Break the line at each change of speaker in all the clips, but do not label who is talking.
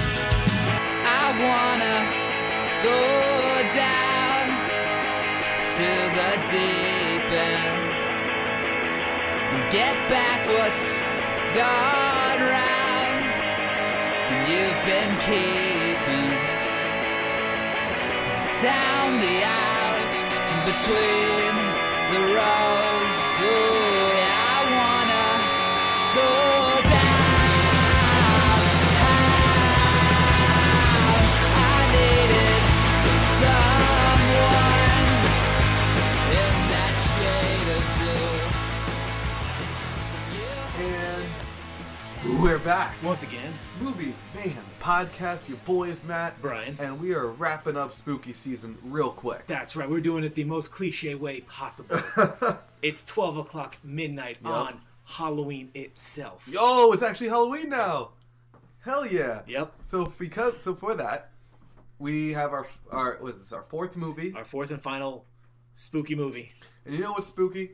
I wanna go down to the deep end and get back what's gone round and you've been keeping down the aisles and between the rows. Ooh, yeah, I wanna go down. I needed someone in that shade of blue.
And we're back.
Once again,
Movie Man Podcast. Your boy is Matt.
Brian.
And we are wrapping up spooky season real quick.
that's right. We're doing it the most cliche way possible. it's 12 o'clock midnight on Halloween itself.
Yo, it's actually Halloween now. Hell yeah.
Yep.
So because so for that, we have our our was this our fourth movie.
Our fourth and final spooky movie.
And you know what's spooky?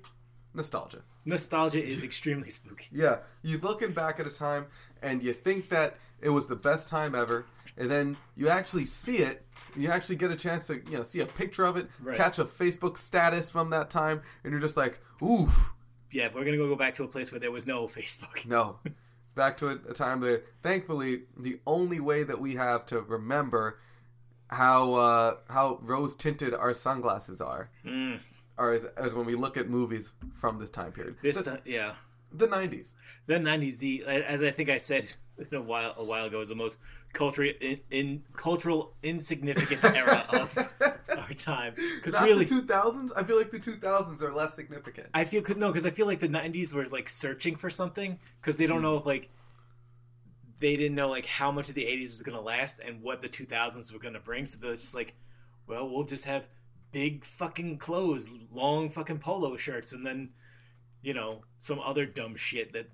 Nostalgia.
Nostalgia is extremely spooky.
Yeah, you're looking back at a time and you think that it was the best time ever, and then you actually see it. And you actually get a chance to you know see a picture of it,
Right.
catch a Facebook status from that time, and you're just like, oof,
Yeah, we're gonna go back to a place where there was no Facebook.
no. Back to a, a time that, thankfully, the only way that we have to remember how uh, how rose tinted our sunglasses are,
Mm,
are is, is when we look at movies from this time period,
this
the,
time, yeah.
the '90s.
The '90s, the, as I think I said a while a while ago, is the most culturally in, in cultural insignificant era of our time. Because
Not
really,
the 2000s. I feel like the 2000s are less significant.
I feel no, because I feel like the '90s were like searching for something because
Mm.
they don't know if like they didn't know like how much of the '80s was gonna last and what the 2000s were gonna bring. So they're just like, well, we'll just have big fucking clothes, long fucking polo shirts, and then you know some other dumb shit that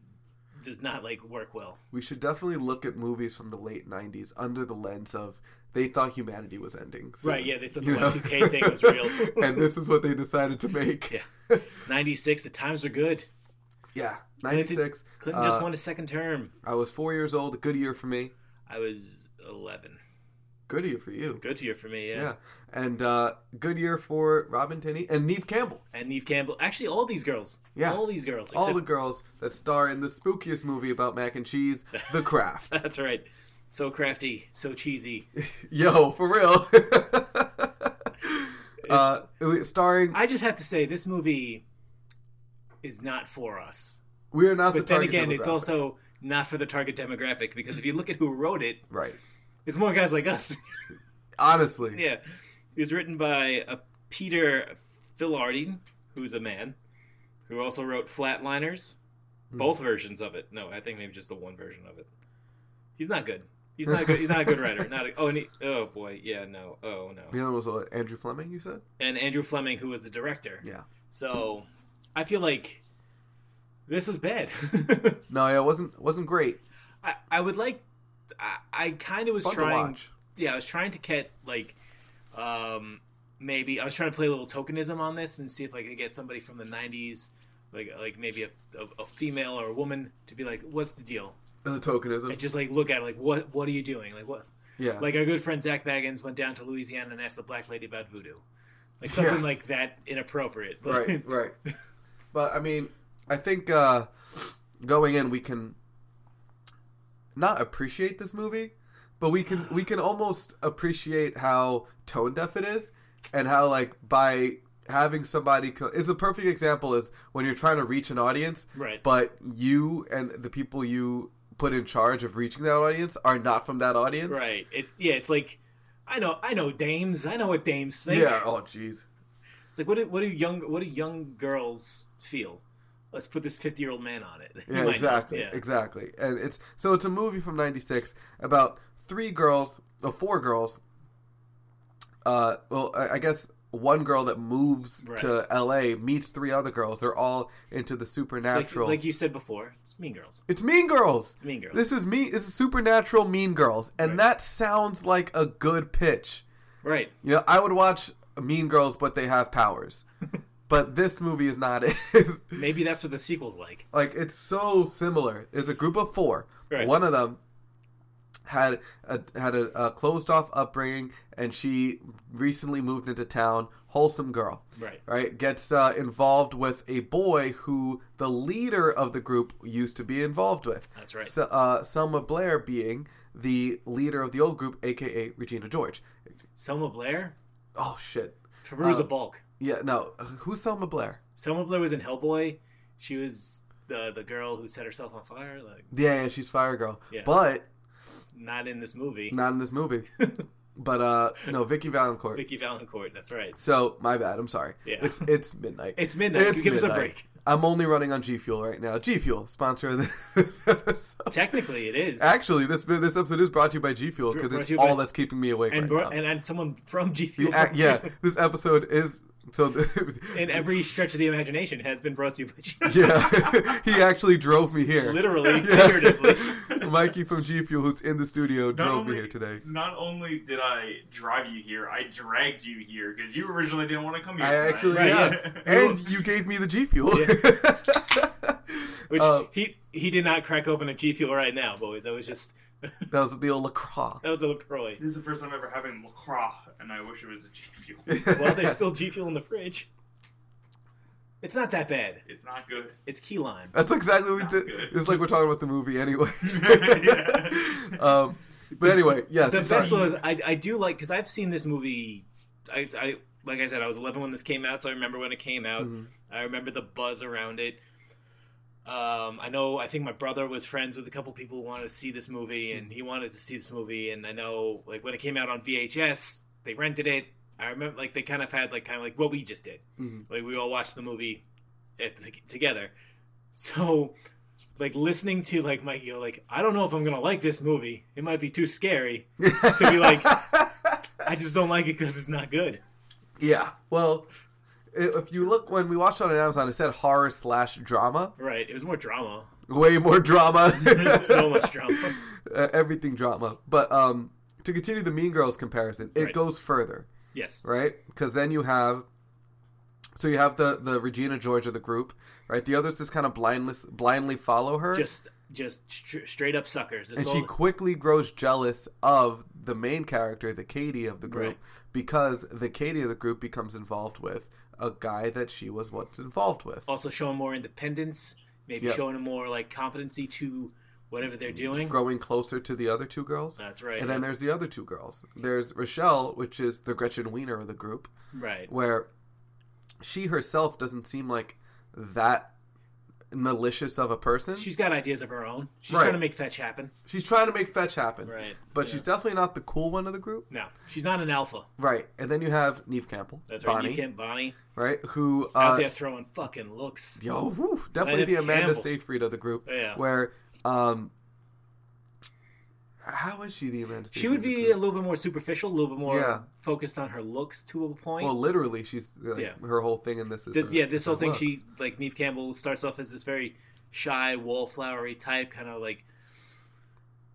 does not like work well.
We should definitely look at movies from the late '90s under the lens of they thought humanity was ending. soon,
Right, yeah, they thought the
you know?
Y2K thing was real.
and this is what they decided to make. Yeah,
'96, the times were good.
'96.
Clinton just
uh,
won his second term.
I was four years old. Good year for me.
I was 11.
Good year for you.
Good year for me,
Yeah, and uh, good year for Robin Tinney and Neve Campbell.
and Neve Campbell. Actually, all these girls.
Yeah.
all these girls.
All
except-
the girls that star in the spookiest movie about mac and cheese, The Craft.
That's right. So crafty, so cheesy.
Yo, for real. uh, starring,
I just have to say, this movie is not for us.
we are not the
But then
target
again, it's
demographic.
also not for the target demographic because if you look at who wrote it,
right.
it's more guys like us.
Honestly,
yeah, it was written by a Peter Philardine, who's a man who also wrote Flatliners,
Hmm.
both versions of it. No, I think maybe just the one version of it. He's not good. He's not good. He's not a good writer. Not a, oh, and he, oh boy, yeah, no, oh no.
the other one was uh, Andrew Fleming. You said,
and Andrew Fleming, who was the director.
yeah.
So I feel like this was bad.
No, yeah, it wasn't wasn't great.
I, I would like. I, I kind of was
Fun
trying.
to watch.
Yeah, I was trying to get like, um, maybe I was trying to play a little tokenism on this and see if I could get somebody from the '90s, like like maybe a, a, a female or a woman to be like, "What's the deal?"
And the tokenism.
And just like look at it, like what what are you doing? Like what?
yeah.
Like our good friend Zach Baggins went down to Louisiana and asked the black lady about voodoo, like something
Yeah.
like that inappropriate. But
right, right. But I mean, I think uh, going in, we can not appreciate this movie, but we can we can almost appreciate how tone deaf it is, and how like by having somebody co- is a perfect example is when you're trying to reach an audience,
Right.
But you and the people you put in charge of reaching that audience are not from that audience,
Right. It's yeah. It's like I know. I know dames. I know what dames think.
Yeah. Oh, jeez.
It's like what do what do young what do young girls feel? Let's put this fifty year old man on it.
Yeah,
Like,
exactly,
yeah.
exactly. And it's so it's a movie from '96 about three girls, or four girls. Uh, well, I, I guess one girl that moves
Right.
to LA meets three other girls. They're all into the
Like,
supernatural.
like you said before, it's Mean Girls.
it's Mean Girls.
It's Mean Girls.
This is me. This is supernatural Mean Girls, and
Right.
that sounds like a good pitch.
right.
You know, I would watch Mean Girls, but they have powers. but this movie is not. Is
Maybe that's what the sequel's like.
like it's so similar. It's a group of four.
Right.
One of them had a, had a, a closed off upbringing, and she recently moved into town. Wholesome girl,
Right.
right? Gets uh, involved with a boy who the leader of the group used to be involved with.
That's right.
So, uh, Selma Blair being the leader of the old group, aka Regina George.
Selma Blair?
Oh shit!
Feruza
Um,
Bulk.
Yeah, no. Who's Selma Blair?
Selma Blair was in Hellboy. She was the the girl who set herself on fire. Like
Yeah, yeah, she's Fire Girl,
Yeah.
but
not in this movie.
not in this movie. But uh, no, Vicky Valancourt.
Vicky Valancourt. That's right.
So my bad. I'm sorry.
Yeah.
It's it's midnight.
It's midnight. Give us a break.
I'm only running on G Fuel right now. G Fuel sponsor of this episode.
Technically, it is.
Actually, this this episode is brought to you by G Fuel because
Brought
it's
to you by-
all that's keeping me awake
and,
right
bro-
now.
and and someone from G
The
Fuel.
ac- yeah, this episode is so. The,
in every stretch of the imagination has been brought to you by G Fuel.
yeah, he actually drove me here.
Literally,
Yeah.
figuratively.
Mikey from G Fuel, who's in the studio,
Not
drove
only,
me here today.
Not only did I drive you here, I dragged you here because you originally didn't want to come here.
I
tonight.
actually,
Right,
yeah. and you gave me the G Fuel.
Which
Uh,
he he did not crack open a G Fuel right now, boys. That was just that
that was the old lacroix.
was a LaCroix.
this is the first time ever having lacroix, and I wish it was a G Fuel.
Well, there's still G Fuel in the fridge. It's not that bad.
it's not good.
It's key lime.
That's exactly what we
Sounds
did.
good.
It's like we're talking about the movie anyway.
Yeah.
um, but anyway, yes.
The
sorry.
best was I, I do like because I've seen this movie. I, I like I said I was 11 when this came out, so I remember when it came out.
Mhm.
I remember the buzz around it. Um, I know I think my brother was friends with a couple people who wanted to see this movie, and he wanted to see this movie. And I know like when it came out on VHS, they rented it. I remember like they kind of had like kind of like what we just did.
Mhm.
Like we all watched the movie at the, together. So like listening to like Mikey go like I don't know if I'm gonna like this movie. It might be too scary. to be like- I just don't like it because it's not good.
yeah. Well, i- if you look when we watched it on Amazon, it said horror slash drama.
Right? It was more drama.
Way more drama.
So much drama.
Uh, everything drama. But um, to continue the Mean Girls comparison, it
Right.
goes further,
Yes.
right? Because then you have. So you have the, the Regina George of the group, right? The others just kind of blindly blindly follow her.
Just just str- straight up suckers. That's
and
all-
she quickly grows jealous of the main character, the Katie of the group,
Right.
because the Katie of the group becomes involved with a guy that she was once involved with.
also showing more independence, maybe
Yeah.
showing more like competency to whatever they're doing.
Growing closer to the other two girls.
That's right.
And then there's the other two girls. There's Rochelle, which is the Gretchen Wiener of the group,
right.
where she herself doesn't seem like that malicious of a person.
She's got ideas of her own. She's
Right.
trying to make fetch happen.
She's trying to make fetch happen.
Right.
But
Yeah.
she's definitely not the cool one of the group.
No, she's not an alpha.
Right. And then you have Neve Campbell.
That's right.
Bonnie,
You can't Bonnie
right? Who uh,
out there throwing fucking looks.
Yo, whew, definitely
Gwyneth
the Amanda
Campbell.
Seyfried of the group.
Yeah.
Where, um, how is she the Amanda? Seyfried
She would
of the
be a
group?
little bit more superficial, a little bit more
Yeah.
focused on her looks to a point.
well, literally, she's like,
Yeah.
her whole thing in this is
This-
her-
yeah, this
her
whole thing,
looks.
she like Neve Campbell starts off as this very shy, wallflowery type, kind of like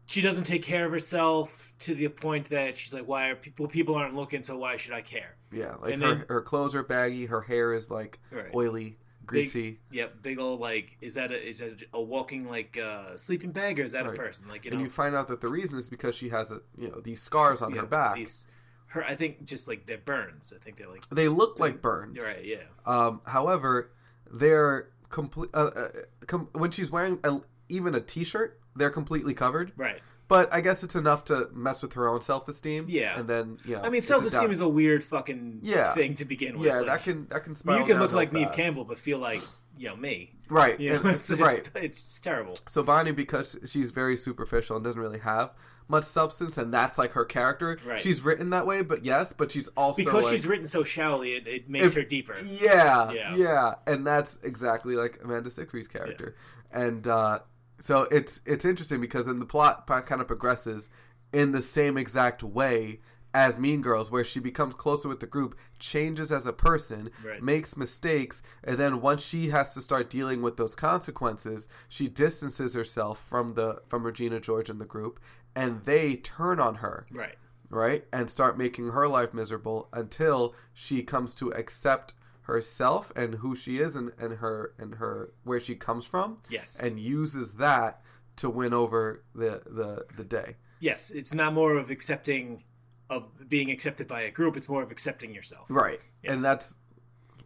she doesn't take care of herself to the point that she's like, why are people people aren't looking, so why should I care?
yeah, like her,
and then-
her clothes are baggy, her hair is like
Right.
oily, greasy.
Yep, big old like, is that a is that a walking like uh, sleeping bag or is that
Right.
a person? Like you know,
and you find out that the reason is because she has a you know these scars on
you
her
know,
back.
these- her, I think just like they're burns. I think they're like
They look like burns.
right, yeah,
Um, however, they're complete. Uh, uh, com- when she's wearing a, even a t-shirt, they're completely covered.
right.
But I guess it's enough to mess with her own self esteem.
Yeah.
and then you know,
I mean,
it's a
self esteem
down-
is a weird fucking
Yeah.
thing to begin with.
yeah,
like-
that can that can
I mean,
spiral.
you can
down
look
real
like Neve
fast.
Campbell, but feel like you know me.
right?
You know,
and-
it's just,
right.
It's just terrible.
So Bonnie, because she's very superficial and doesn't really have much substance, and that's like her character.
Right.
She's written that way, but yes, but she's also
Because
like,
she's written so shallowly, it, it makes
If-
her deeper.
Yeah, yeah,
Yeah.
and that's exactly like Amanda Seyfried's character, and uh, so it's it's interesting because then the plot kind of progresses in the same exact way as Mean Girls, where she becomes closer with the group, changes as a person,
Right.
makes mistakes, and then once she has to start dealing with those consequences, she distances herself from the from Regina George and the group, and they turn on her
Right.
right? And start making her life miserable until she comes to accept herself and who she is and, and her and her where she comes from
Yes.
and uses that to win over the the the day.
yes, it's not more of accepting of being accepted by a group, it's more of accepting yourself.
Right.
Yes.
And that's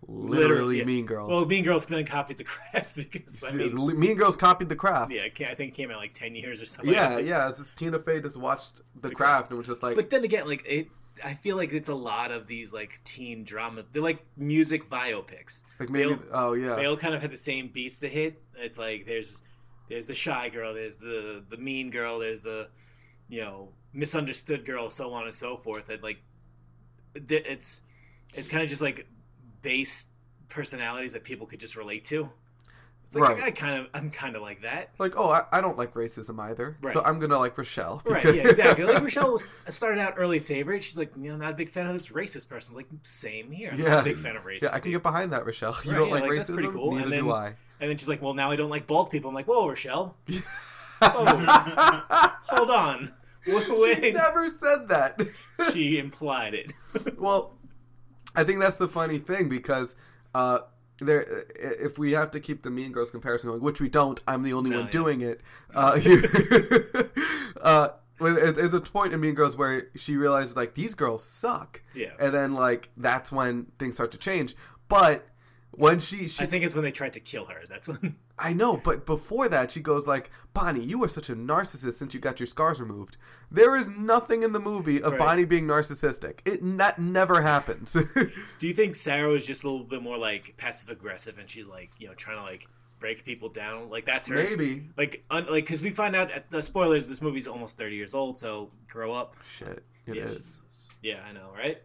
literally
yeah.
Mean Girls. uh,
Well, Mean Girls then copied the craft because I mean,
mean Girls copied the craft.
yeah, I can't- I think it came out like 10 years or something.
Yeah, yeah. It's just Tina Fey just watched The
Craft.
Craft and was just like,
But then again, like it I feel like it's a lot of these like teen drama. They're like music biopics.
like maybe,
they'll-
oh yeah,
They all kind of had the same beats to hit. It's like there's there's the shy girl, there's the the mean girl, there's the you know misunderstood girl, so on and so forth. That like th- it's it's kind of just like base personalities that people could just relate to. It's like
Right.
I kind of I'm kind of like that.
like oh, I, I don't like racism either, so
Right.
I'm gonna like Rochelle.
Right,
because-
yeah, exactly. Like Michelle was started out early favorite. She's like, you know, not a big fan of this racist person. Like, same here. I'm
Yeah.
not a big fan of racist.
Yeah, I can
people.
get behind that, Rochelle. You
Right,
don't
yeah,
like,
like, that's pretty
racism?
cool. And
Neither
then-
do I.
And then she's like, well, now I don't like bald people. I'm like, whoa, Rochelle, hold on.
she
Oh. Wait.
never said that.
she implied it.
well, I think that's the funny thing because uh, there, i- if we have to keep the Mean Girls comparison going, which we don't, I'm the only
No,
one
yeah.
doing it. Uh, you, uh, well, there- there's a point in Mean Girls where she realizes like these girls suck,
Yeah.
and then like that's when things start to change. But when she, she
I think it's when they tried to kill her. That's when.
I know, but before that, she goes like, "Bonnie, you are such a narcissist since you got your scars removed." There is nothing in the movie of
Right.
Bonnie being narcissistic. It that never happens.
Do you think Sarah was just a little bit more like passive aggressive, and she's like, you know, trying to like break people down? Like that's her.
Maybe
Like, un- like, because we find out at the spoilers, this movie's almost thirty years old. So grow up.
shit, it is.
Yeah. Yeah, I know, right?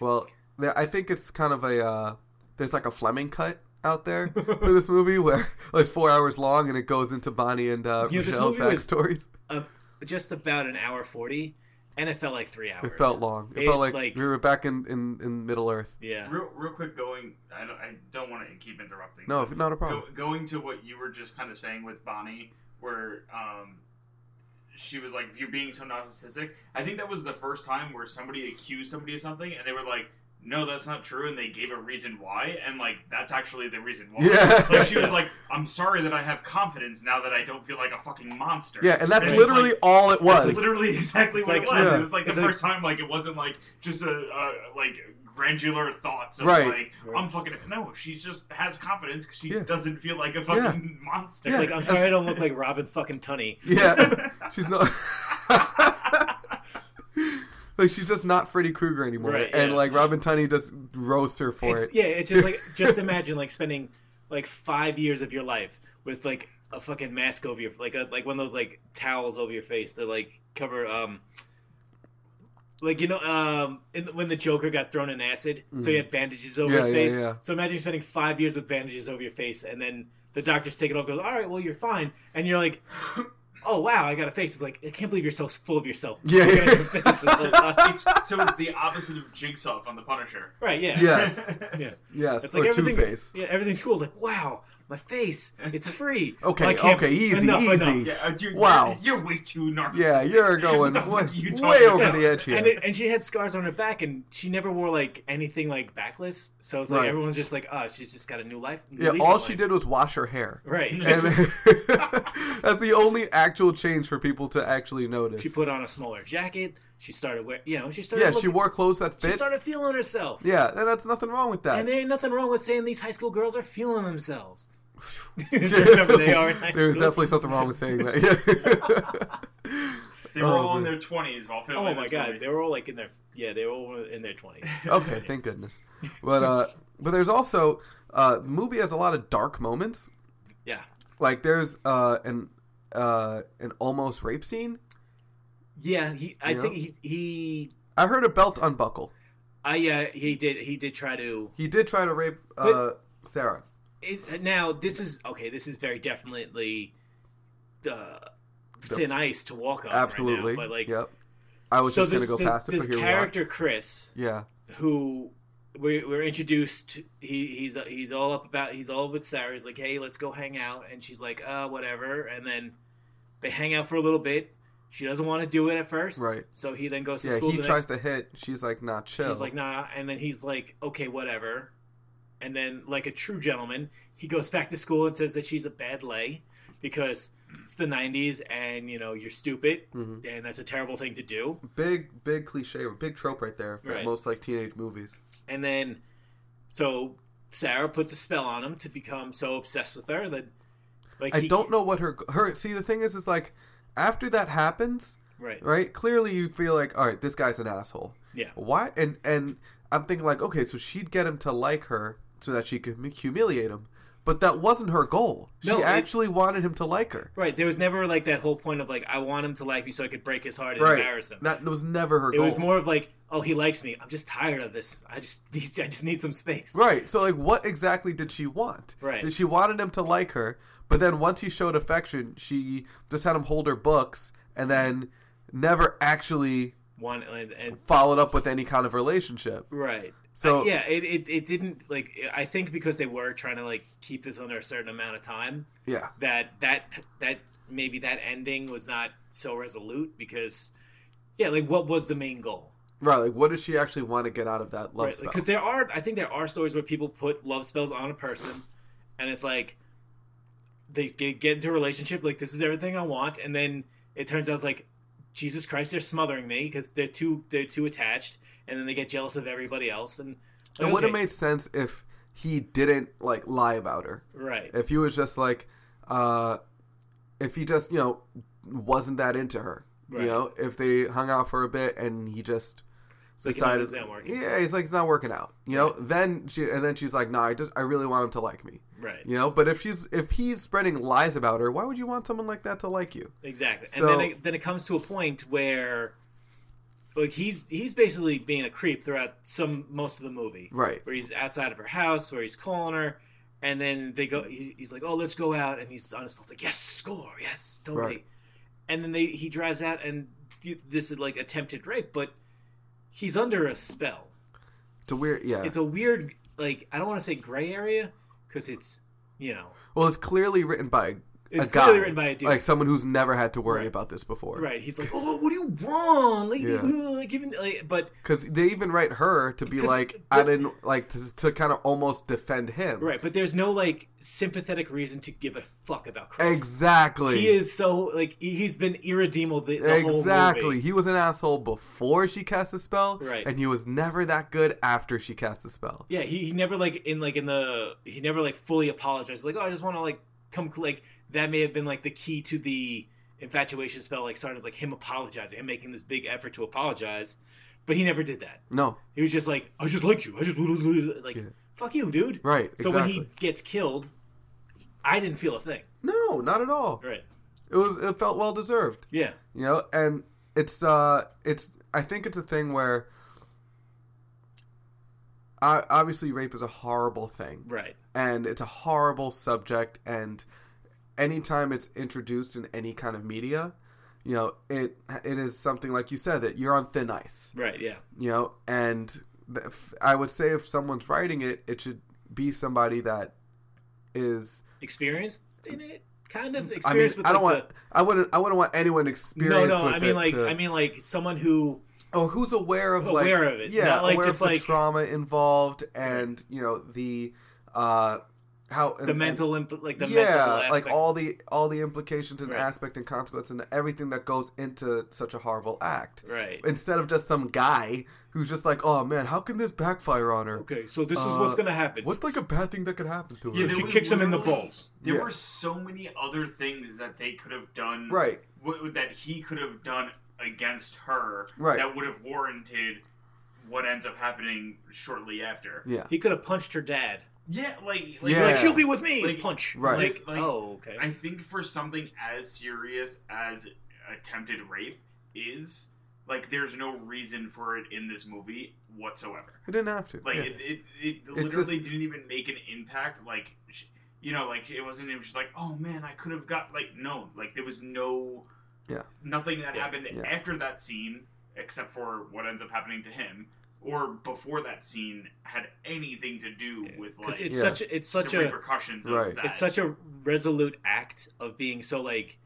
Well, there, I think it's kind of a uh, there's like a Fleming cut out there for this movie where like four hours long and it goes into Bonnie and uh,
Yeah, this
Michelle's
movie was-
backstories.
Uh, just about an hour forty, and it felt like three hours.
It felt long. It,
It,
felt like,
like-
we were back in in, in Middle Earth.
Yeah.
Real, real quick, going. I don't. I don't want to keep interrupting.
No, not a problem.
Go, going to what you were just kind of saying with Bonnie, where um, she was like, "You're being so narcissistic." I think that was the first time where somebody accused somebody of something, and they were like, "No, that's not true," and they gave a reason why, and like that's actually the reason why.
Yeah.
Like she was like, "I'm sorry that I have confidence now that I don't feel like a fucking monster."
Yeah, and that's
it's
literally
like-
all it was.
That's literally exactly
It's
what
like-
it was.
yeah.
It was like the
It's like-
first time, like it wasn't like just a, a like granular thoughts of
Right.
like I'm
Right.
fucking no. She just has confidence because she
Yeah.
doesn't feel like a
Yeah.
fucking monster.
It's
Yeah.
like I'm sorry I don't look like Robin fucking Tunney.
Yeah, she's not. like she's just not Freddy Krueger anymore,
Right,
and
yeah.
like Robin Tunney just roasts her for
It's-
it.
Yeah, it's just like just imagine like spending like five years of your life with like a fucking mask over your like a, like one of those like towels over your face to like cover um like you know um in, when the Joker got thrown in acid, so he had bandages over
Mm-hmm. Yeah,
his
yeah,
face.
yeah.
So imagine spending five years with bandages over your face, and then the doctors take it off, goes, "All right, well you're fine," and you're like. Oh wow! I got a face. It's like I can't believe you're so full of yourself.
Yeah.
You're gonna have a face this whole time.
It's- so it's the opposite of Jigsaw from The Punisher.
right? Yeah.
Yes,
Yeah.
yes,
It's
or
like
Two
everything.
Face.
Yeah, everything's cool. Like, wow, my face, it's free.
Okay,
I can't-
okay, easy, easy.
Yeah, uh, dude,
Wow.
you're, you're way too narcissistic.
Yeah, you're
What
going
the fuck
way,
are you
way
talking
over
about?
the edge here.
And, it, and she had scars on her back, and she never wore like anything like backless. So it's like
Right.
everyone's just like, oh, she's just got a new life. new
yeah,
lease
all
on
she
life."
did was wash her hair.
Right.
And that's the only actual change for people to actually notice.
she put on a smaller jacket. She started wearing, you know, she started.
yeah, she
looking-
wore clothes that
She
fit.
started feeling herself.
yeah, and that's nothing wrong with that.
And there ain't nothing wrong with saying these high school girls are feeling themselves. Remember, they are in high
There's
school.
definitely something wrong with saying that. Yeah.
They were
Oh,
all in
man.
their 20s while filming.
Oh my
this
god,
movie.
they were all like in their yeah, they were all in their twenties.
okay, thank goodness. But uh, but there's also uh, the movie has a lot of dark moments.
Yeah,
Like there's uh, an uh, an almost rape scene.
yeah. He, I
Yeah.
think he he
I heard a belt unbuckle.
I yeah, he did. He did try to.
He did try to rape uh, Sarah.
It, now this is okay. This is very definitely uh, thin ice to walk on. right now,
Absolutely.
but like
yep. I was
So
just
the-
gonna go
the-
past it,
This
but here
character Chris,
we are. Yeah,
who we we're introduced, he he's he's all up about he's all with Sarah. He's like, hey, let's go hang out, and she's like, uh, whatever. And then they hang out for a little bit. She doesn't want to do it at first,
Right.
So he then goes to
yeah.
school.
He
the
tries
next,
to hit. She's like, not chill.
She's like, nah, and then he's like, okay, whatever. And then, like a true gentleman, he goes back to school and says that she's a bad lay because it's the '90s and you know you're stupid
Mhm.
and that's a terrible thing to do.
big, big cliche, big trope right there for
Right.
most like teenage movies.
And then, so Sarah puts a spell on him to become so obsessed with her that, like,
I
he-
don't know what her her. See, the thing is, is like after that happens,
Right.
right? Clearly, you feel like, all right, this guy's an asshole.
Yeah.
Why? And and I'm thinking like, okay, so she'd get him to like her so that she could hum- humiliate him, but that wasn't her goal. She
No, it-
actually wanted him to like her.
Right. There was never like that whole point of like I want him to like me so I could break his heart and
Right.
embarrass him.
That was never her
it
goal.
was more of like, oh, he likes me. I'm just tired of this. I just I just need some space.
Right. So like what exactly did she want?
Right.
Did she wanted him to like her, but then once he showed affection, she just had him hold her books and then never actually
One and, and
followed up with any kind of relationship.
Right.
So-
So yeah, it, it it didn't like I think because they were trying to like keep this under a certain amount of time
Yeah.
that that that maybe that ending was not so resolute because yeah, like what was the main goal?
Right. Like what did she actually want to get out of that love
Right.
spell?
Because there are I think there are stories where people put love spells on a person and it's like they get, get into a relationship like this is everything I want and then it turns out it's like Jesus Christ, they're smothering me because they're too they're too attached, and then they get jealous of everybody else. And
it
like,
would have
okay,
made sense if he didn't like lie about her.
right.
If he was just like uh if he just, you know, wasn't that into her. You
Right.
know, if they hung out for a bit and he just
like, you know,
decided,
it's not working.
yeah, he's like it's not working out, you know. Then she and then she's like, no, I just I really want him to like me,
Right.
you know. But if she's if he's spreading lies about her, why would you want someone like that to like you?
Exactly.
So-
and then it, then it comes to a point where like he's he's basically being a creep throughout some most of the movie.
Right.
Where he's outside of her house, where he's calling her, and then they go he, he's like, "Oh, let's go out." And he's on his phone he's like, "Yes, score. Yes, totally."
Right.
And then they he drives out and th- this is like attempted rape, but he's under a spell.
To weird, yeah.
It's a weird like I don't want to say gray area cuz it's, you know,
well, it's clearly written by
It's
a guy,
clearly written by a dude.
like someone who's never had to worry
Right.
about this before,
Right. He's like, oh, what do you want? Like,
Yeah.
uh, giving, like, but
Because they even write her to be
Because-
like, I didn't like to, to kind of almost defend him,
right, but there's no like sympathetic reason to give a fuck about Chris.
Exactly.
He is so like he- he's been irredeemable the, the
Exactly.
whole movie.
He was an asshole before she cast the spell,
Right.
and he was never that good after she cast the spell.
Yeah, he, he never like in like in the he never like fully apologized. Like, oh, I just want to like come like that may have been like the key to the infatuation spell. Like started like him apologizing, him making this big effort to apologize, but he never did that.
No,
He was just like, I just like you. I just like
Yeah.
fuck you, dude.
right.
So when
exactly.
he gets killed, I didn't feel a thing.
No, not at all.
Right.
It was it felt well deserved,
Yeah.
you know, and it's uh it's I think it's a thing where I, obviously rape is a horrible thing
Right.
and it's a horrible subject and anytime it's introduced in any kind of media, you know, it it is something like you said that you're on thin ice,
Right. Yeah.
you know, and th- if- I would say if someone's writing it, it should be somebody that is
Experienced in it, kind of
I mean,
experienced with.
I don't
like,
want. I wouldn't. I wouldn't want anyone
The, no,
experienced.
no.
With
I mean,
it
like,
to-
I mean, like someone who.
or who's aware of, like,
Aware of it,
Yeah,
not, like,
aware
just,
of the
like-
trauma involved, and you know the, uh, how
The
and-
mental, imp- like the
yeah,
mental aspects.
like all the all the implications and
Right.
aspect and consequence and everything that goes into such a horrible act.
Right.
Instead of just some guy who's just like, oh man, how can this backfire on her?
Okay, so this is
Uh,
what's gonna happen.
What's like a bad thing that could happen to her?
Yeah,
there
she
was
kicks him in the
literally-
balls.
There
Yeah.
were so many other things that they could have done.
Right.
W- that he could have done against her.
Right.
That would have warranted what ends up happening shortly after.
yeah.
He could have punched her dad.
Yeah. Like. like
Yeah.
Like she'll be with me.
Like-
punch.
Right.
Like,
Like-
oh, okay.
I think for something as serious as attempted rape is, like, there's no reason for it in this movie whatsoever.
He didn't have to.
Like,
yeah.
it, it, it literally
just-
didn't even make an impact. Like, sh you know, like, it wasn't even just like, oh man, I could have got, like, no. Like, there was no.
Yeah.
Nothing that
Yeah.
happened
Yeah.
after that scene, except for what ends up happening to him, or before that scene had anything to do with
because
like
it's
Yeah.
such a- it's such
the
a
repercussions of
Right.
that.
it's such a resolute act of being so like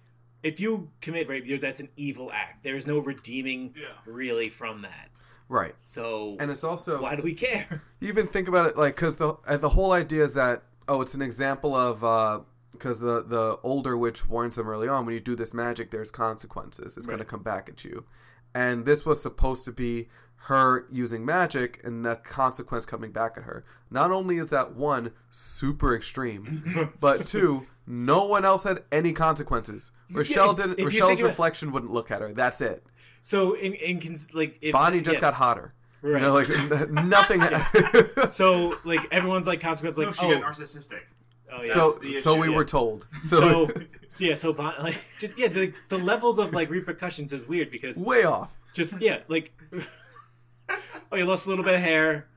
if you commit rape you're, that's an evil act there's no redeeming
yeah.
really from that
right.
so
And uh, it's also
why do we care
you even think about it like because the uh, the whole idea is that oh it's an example of because the the older witch warns him early on when you do this magic there's consequences it's going to
Right.
come back at you and this was supposed to be her using magic and the consequence coming back at her not only is that one super extreme but two no one else had any consequences rochelle
if-
didn't
if you
rochelle's
think about-
reflection wouldn't look at her that's it
so in, in cons- like if,
bonnie just
yeah,
got hotter you
right.
know like nothing
so like everyone's like consequence
No,
like
she
oh,
got narcissistic.
oh yeah
so
That's the
so
issue,
we
yeah.
were told. So,
so so yeah so bon- like just yeah the, the levels of like repercussions is weird because
way off.
just yeah like oh you lost a little bit of hair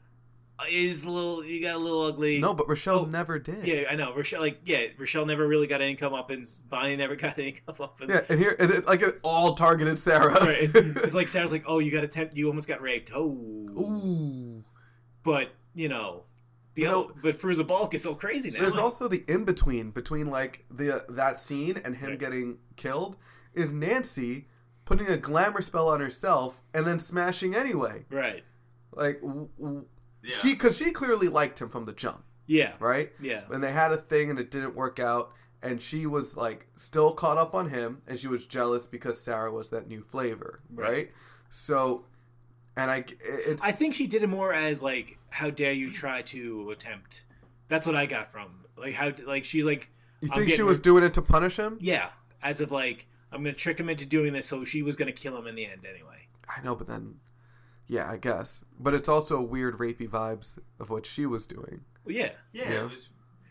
Oh, you just a little you got a little ugly
No, but Rochelle
Oh,
never did.
Yeah, I know. Rochelle, like, yeah, Rochelle never really got any comeuppance. Bonnie never got any comeuppance.
Yeah, and here and it, like it all targeted Sarah.
Right, It's, it's like Sarah's like, oh, you got attempt, you almost got raped. Oh,
Ooh.
but you know, the
No.
other, but Fruza Balk is so crazy now.
There's
Like,
also the in between between like the that scene and him
Right.
getting killed is Nancy putting a glamour spell on herself and then smashing anyway.
right,
Like w- w-
Yeah.
she cuz she clearly liked him from the jump,
yeah,
right?
yeah,
and they had a thing and it didn't work out and she was like still caught up on him and she was jealous because sarah was that new flavor right,
Right.
so and i it's
I think she did it more as like, how dare you try to attempt? That's what I got from like how like she like
you
I'm
think she
getting
was
re-
doing it to punish him
yeah, as of like I'm gonna trick him into doing this, so she was gonna kill him in the end anyway.
i know but then yeah i guess but it's also weird rapey vibes of what she was doing
Well, yeah,
yeah,
Yeah.
It was,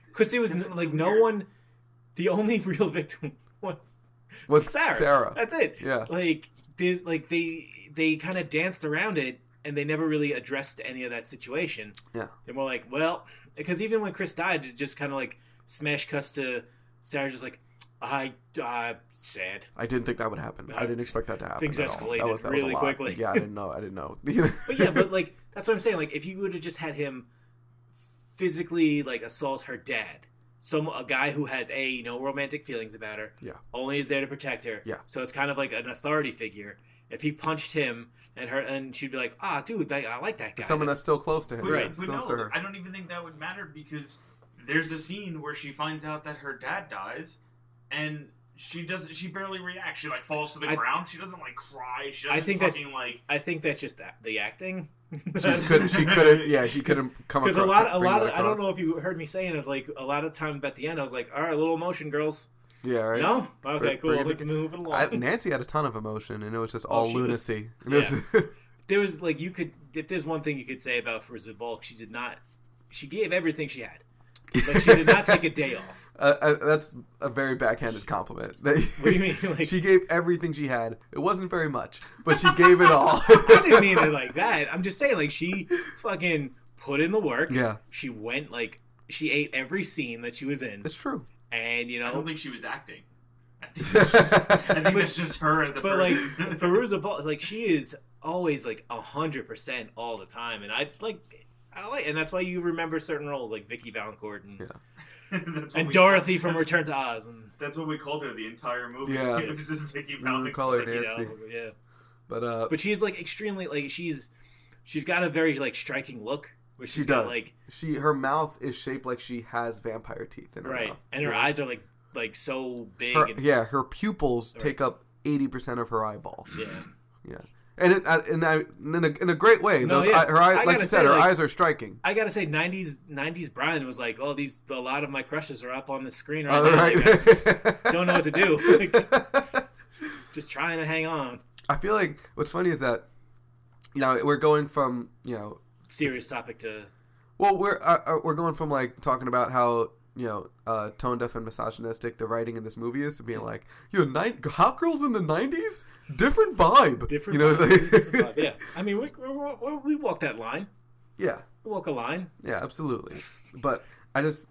because there was n-
Definitely
like no
weird.
one. The only real victim was
was
Sarah. That's it.
yeah
Like there's like they they kind of danced around it and they never really addressed any of that situation.
Yeah.
They're more like, well, because even when Chris died, it just kind of like smash cuts to Sarah, just like I uh, sad.
i didn't think that would happen i
Uh,
didn't expect that to happen
things
at all.
escalated
that was, that was
really
a lot.
quickly.
yeah i didn't know i didn't know
But yeah, but like that's what I'm saying. Like if you would have just had him physically like assault her dad. Some a guy who has a no romantic feelings about her.
Yeah.
Only is there to protect her.
Yeah.
So it's kind of like an authority figure. If he punched him and her, and she'd be like, "Ah, dude, I, I like that guy."
someone that's
That's-
still close to him
but,
yeah,
Right.
but
close
no,
to her
I don't even think that would matter because there's a scene where she finds out that her dad dies, and she doesn't. She barely reacts. She like falls to the
I-
ground. She doesn't like cry. She
I
doesn't
think that's-
fucking like.
I think that's just that, the acting.
she just couldn't she couldn't yeah she couldn't come
Because
across
a lot, a
bring
lot.
that
Of, I don't
across.
know if you heard me saying is like a lot of times at the end, I was like, "All right, a little emotion, girls."
yeah right
No, okay,
Bring- bring
cool.
it
Let's
to-
move it along.
I, Nancy had a ton of emotion, and it was just all
Oh, she was-
lunacy. And it
yeah.
was-
there was like you could if there's one thing you could say about Fruza Bulk, she did not she gave everything she had. Like she did not take a day off.
Uh, uh, that's a very backhanded compliment.
What do you mean? Like
she gave everything she had. It wasn't very much, but she gave it all.
I didn't mean it like that. I'm just saying like she fucking put in the work.
yeah,
She went like she ate every scene that she was in
it's true.
and you
I don't
know
think she was acting. I think that's just, I think that's just her as a
but like
person.
Faruza Balk like she is always like hundred percent all the time and I like I like and that's why you remember certain roles like Vicky Valancourt and,
Yeah.
That's what
and
we-
Dorothy from
that's-
Return to Oz and
That's what we called her the entire movie.
Yeah.
it was just Vicky
We would call her
Valentine.
you
Nancy.
know, yeah.
But uh,
but she's like extremely like she's she's got a very like striking look which
she
she's
does.
got like
she her mouth is shaped like she has vampire teeth in her
right
mouth.
and her
yeah.
eyes are like like so big
Her-
and,
yeah, her pupils
Right.
take up eighty percent of her eyeball.
yeah
Yeah, and it, I- and I, in a, in a great way.
No,
those
yeah.
eye, her eye,
I
like
gotta
you said,
say,
her
like-
eyes are striking.
i gotta say 90s 90s brian was like oh these a lot of my crushes are up on the screen right
All
now
Oh, right.
Like, I'm just, don't know what to do. just trying to hang on
I feel like what's funny is that you know we're going from you know
serious topic to
well we're uh, uh, we're going from like talking about how you know uh, tone deaf and misogynistic the writing in this movie is to being like you know nine hot girls in the nineties different vibe
different
you know
vibe, different vibe. yeah i mean we, we, we, we walk that line
yeah
we walk a line
yeah absolutely but I just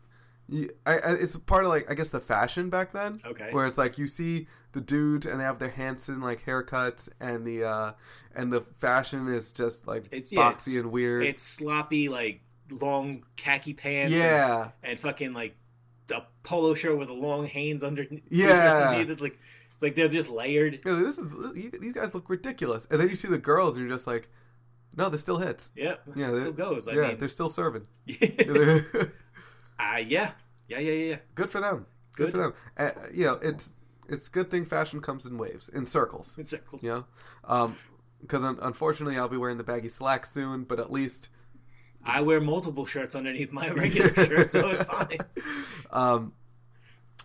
you, I, I, it's part of like I guess the fashion back then.
Okay.
Where it's like you see the dudes and they have their Hanson like haircuts and the uh and the fashion is just like
It's- yeah,
boxy
it's-
and weird.
It's sloppy, like long khaki pants. and-
yeah.
And, fucking like a polo shirt with a long hanes under.
Yeah.
underneath. It's like it's like they're just layered.
Yeah, this is you, these guys look ridiculous, and then you see the girls, and you're just like, no, this still hits.
Yep.
Yeah,
it
they-
still goes. I
yeah,
mean,
they're still serving.
yeah. uh, yeah, yeah, yeah, yeah.
good for them. Good,
Good.
for them. Uh, you know, it's it's a good thing fashion comes in waves, in circles.
In circles.
You know, um, because un- unfortunately I'll be wearing the baggy slacks soon, but at least
I wear multiple shirts underneath my regular shirt, so it's fine.
Um,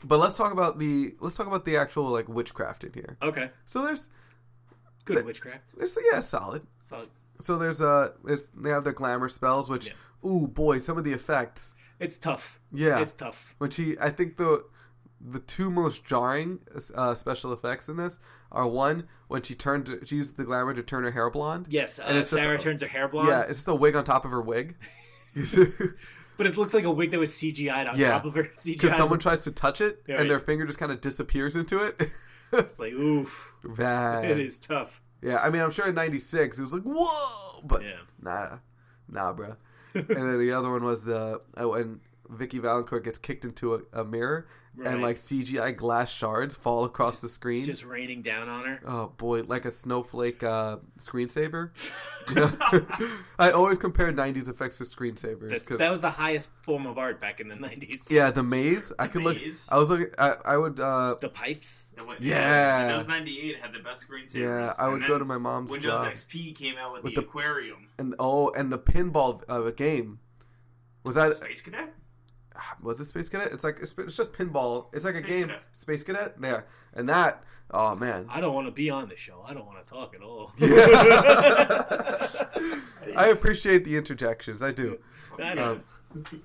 but let's talk about the let's talk about the actual like witchcraft in here.
Okay.
So there's
Good
But-
witchcraft.
there's yeah solid.
So
So there's uh there's they have their glamour spells, which ooh boy some of the effects.
it's tough.
Yeah,
It's tough.
which he I think the the two most jarring uh, special effects in this are one when she turned she used the glamour to turn her hair blonde.
Yes,
And
uh,
it's just-
Sarah turns her hair blonde,
Yeah, it's just a wig on top of her wig.
but it looks like a wig that was CGI'd on
Yeah.
top of her
Because
CGI.
someone tries to touch it
Yeah,
and
right.
their finger just kind of disappears into it.
It's like, oof,
Bad.
it is tough.
Yeah, I mean, I'm sure in '96 it was like whoa, but
Yeah.
nah, nah, bruh. and then the other one was the oh, when Vicky Valancourt gets kicked into a, a mirror
Right.
and like CGI glass shards fall across the screen.
Just raining down on her.
Oh boy, like a snowflake uh, screensaver. I always compare '90s effects to screensavers.
That's,
'cause-
that was the highest form of art back in the nineties.
yeah, the maze. I could
Maze?
look. I was looking. I, I would. Uh,
The pipes.
That went-
Yeah.
Windows 98 had the best screensavers.
yeah, I would
And
go
then
to my mom's
Windows
job.
XP came out with,
With
the,
the-
aquarium.
and oh, and the pinball uh, game. Was that
Space Cadet?
was it Space Cadet? It's like it's, it's just pinball. It's like a
Space
game,
Cadet.
Space Cadet. Yeah, and that. Oh man.
I don't want to be on the show. I don't want to talk at all.
I appreciate the interjections. I do.
I know.
Um,
but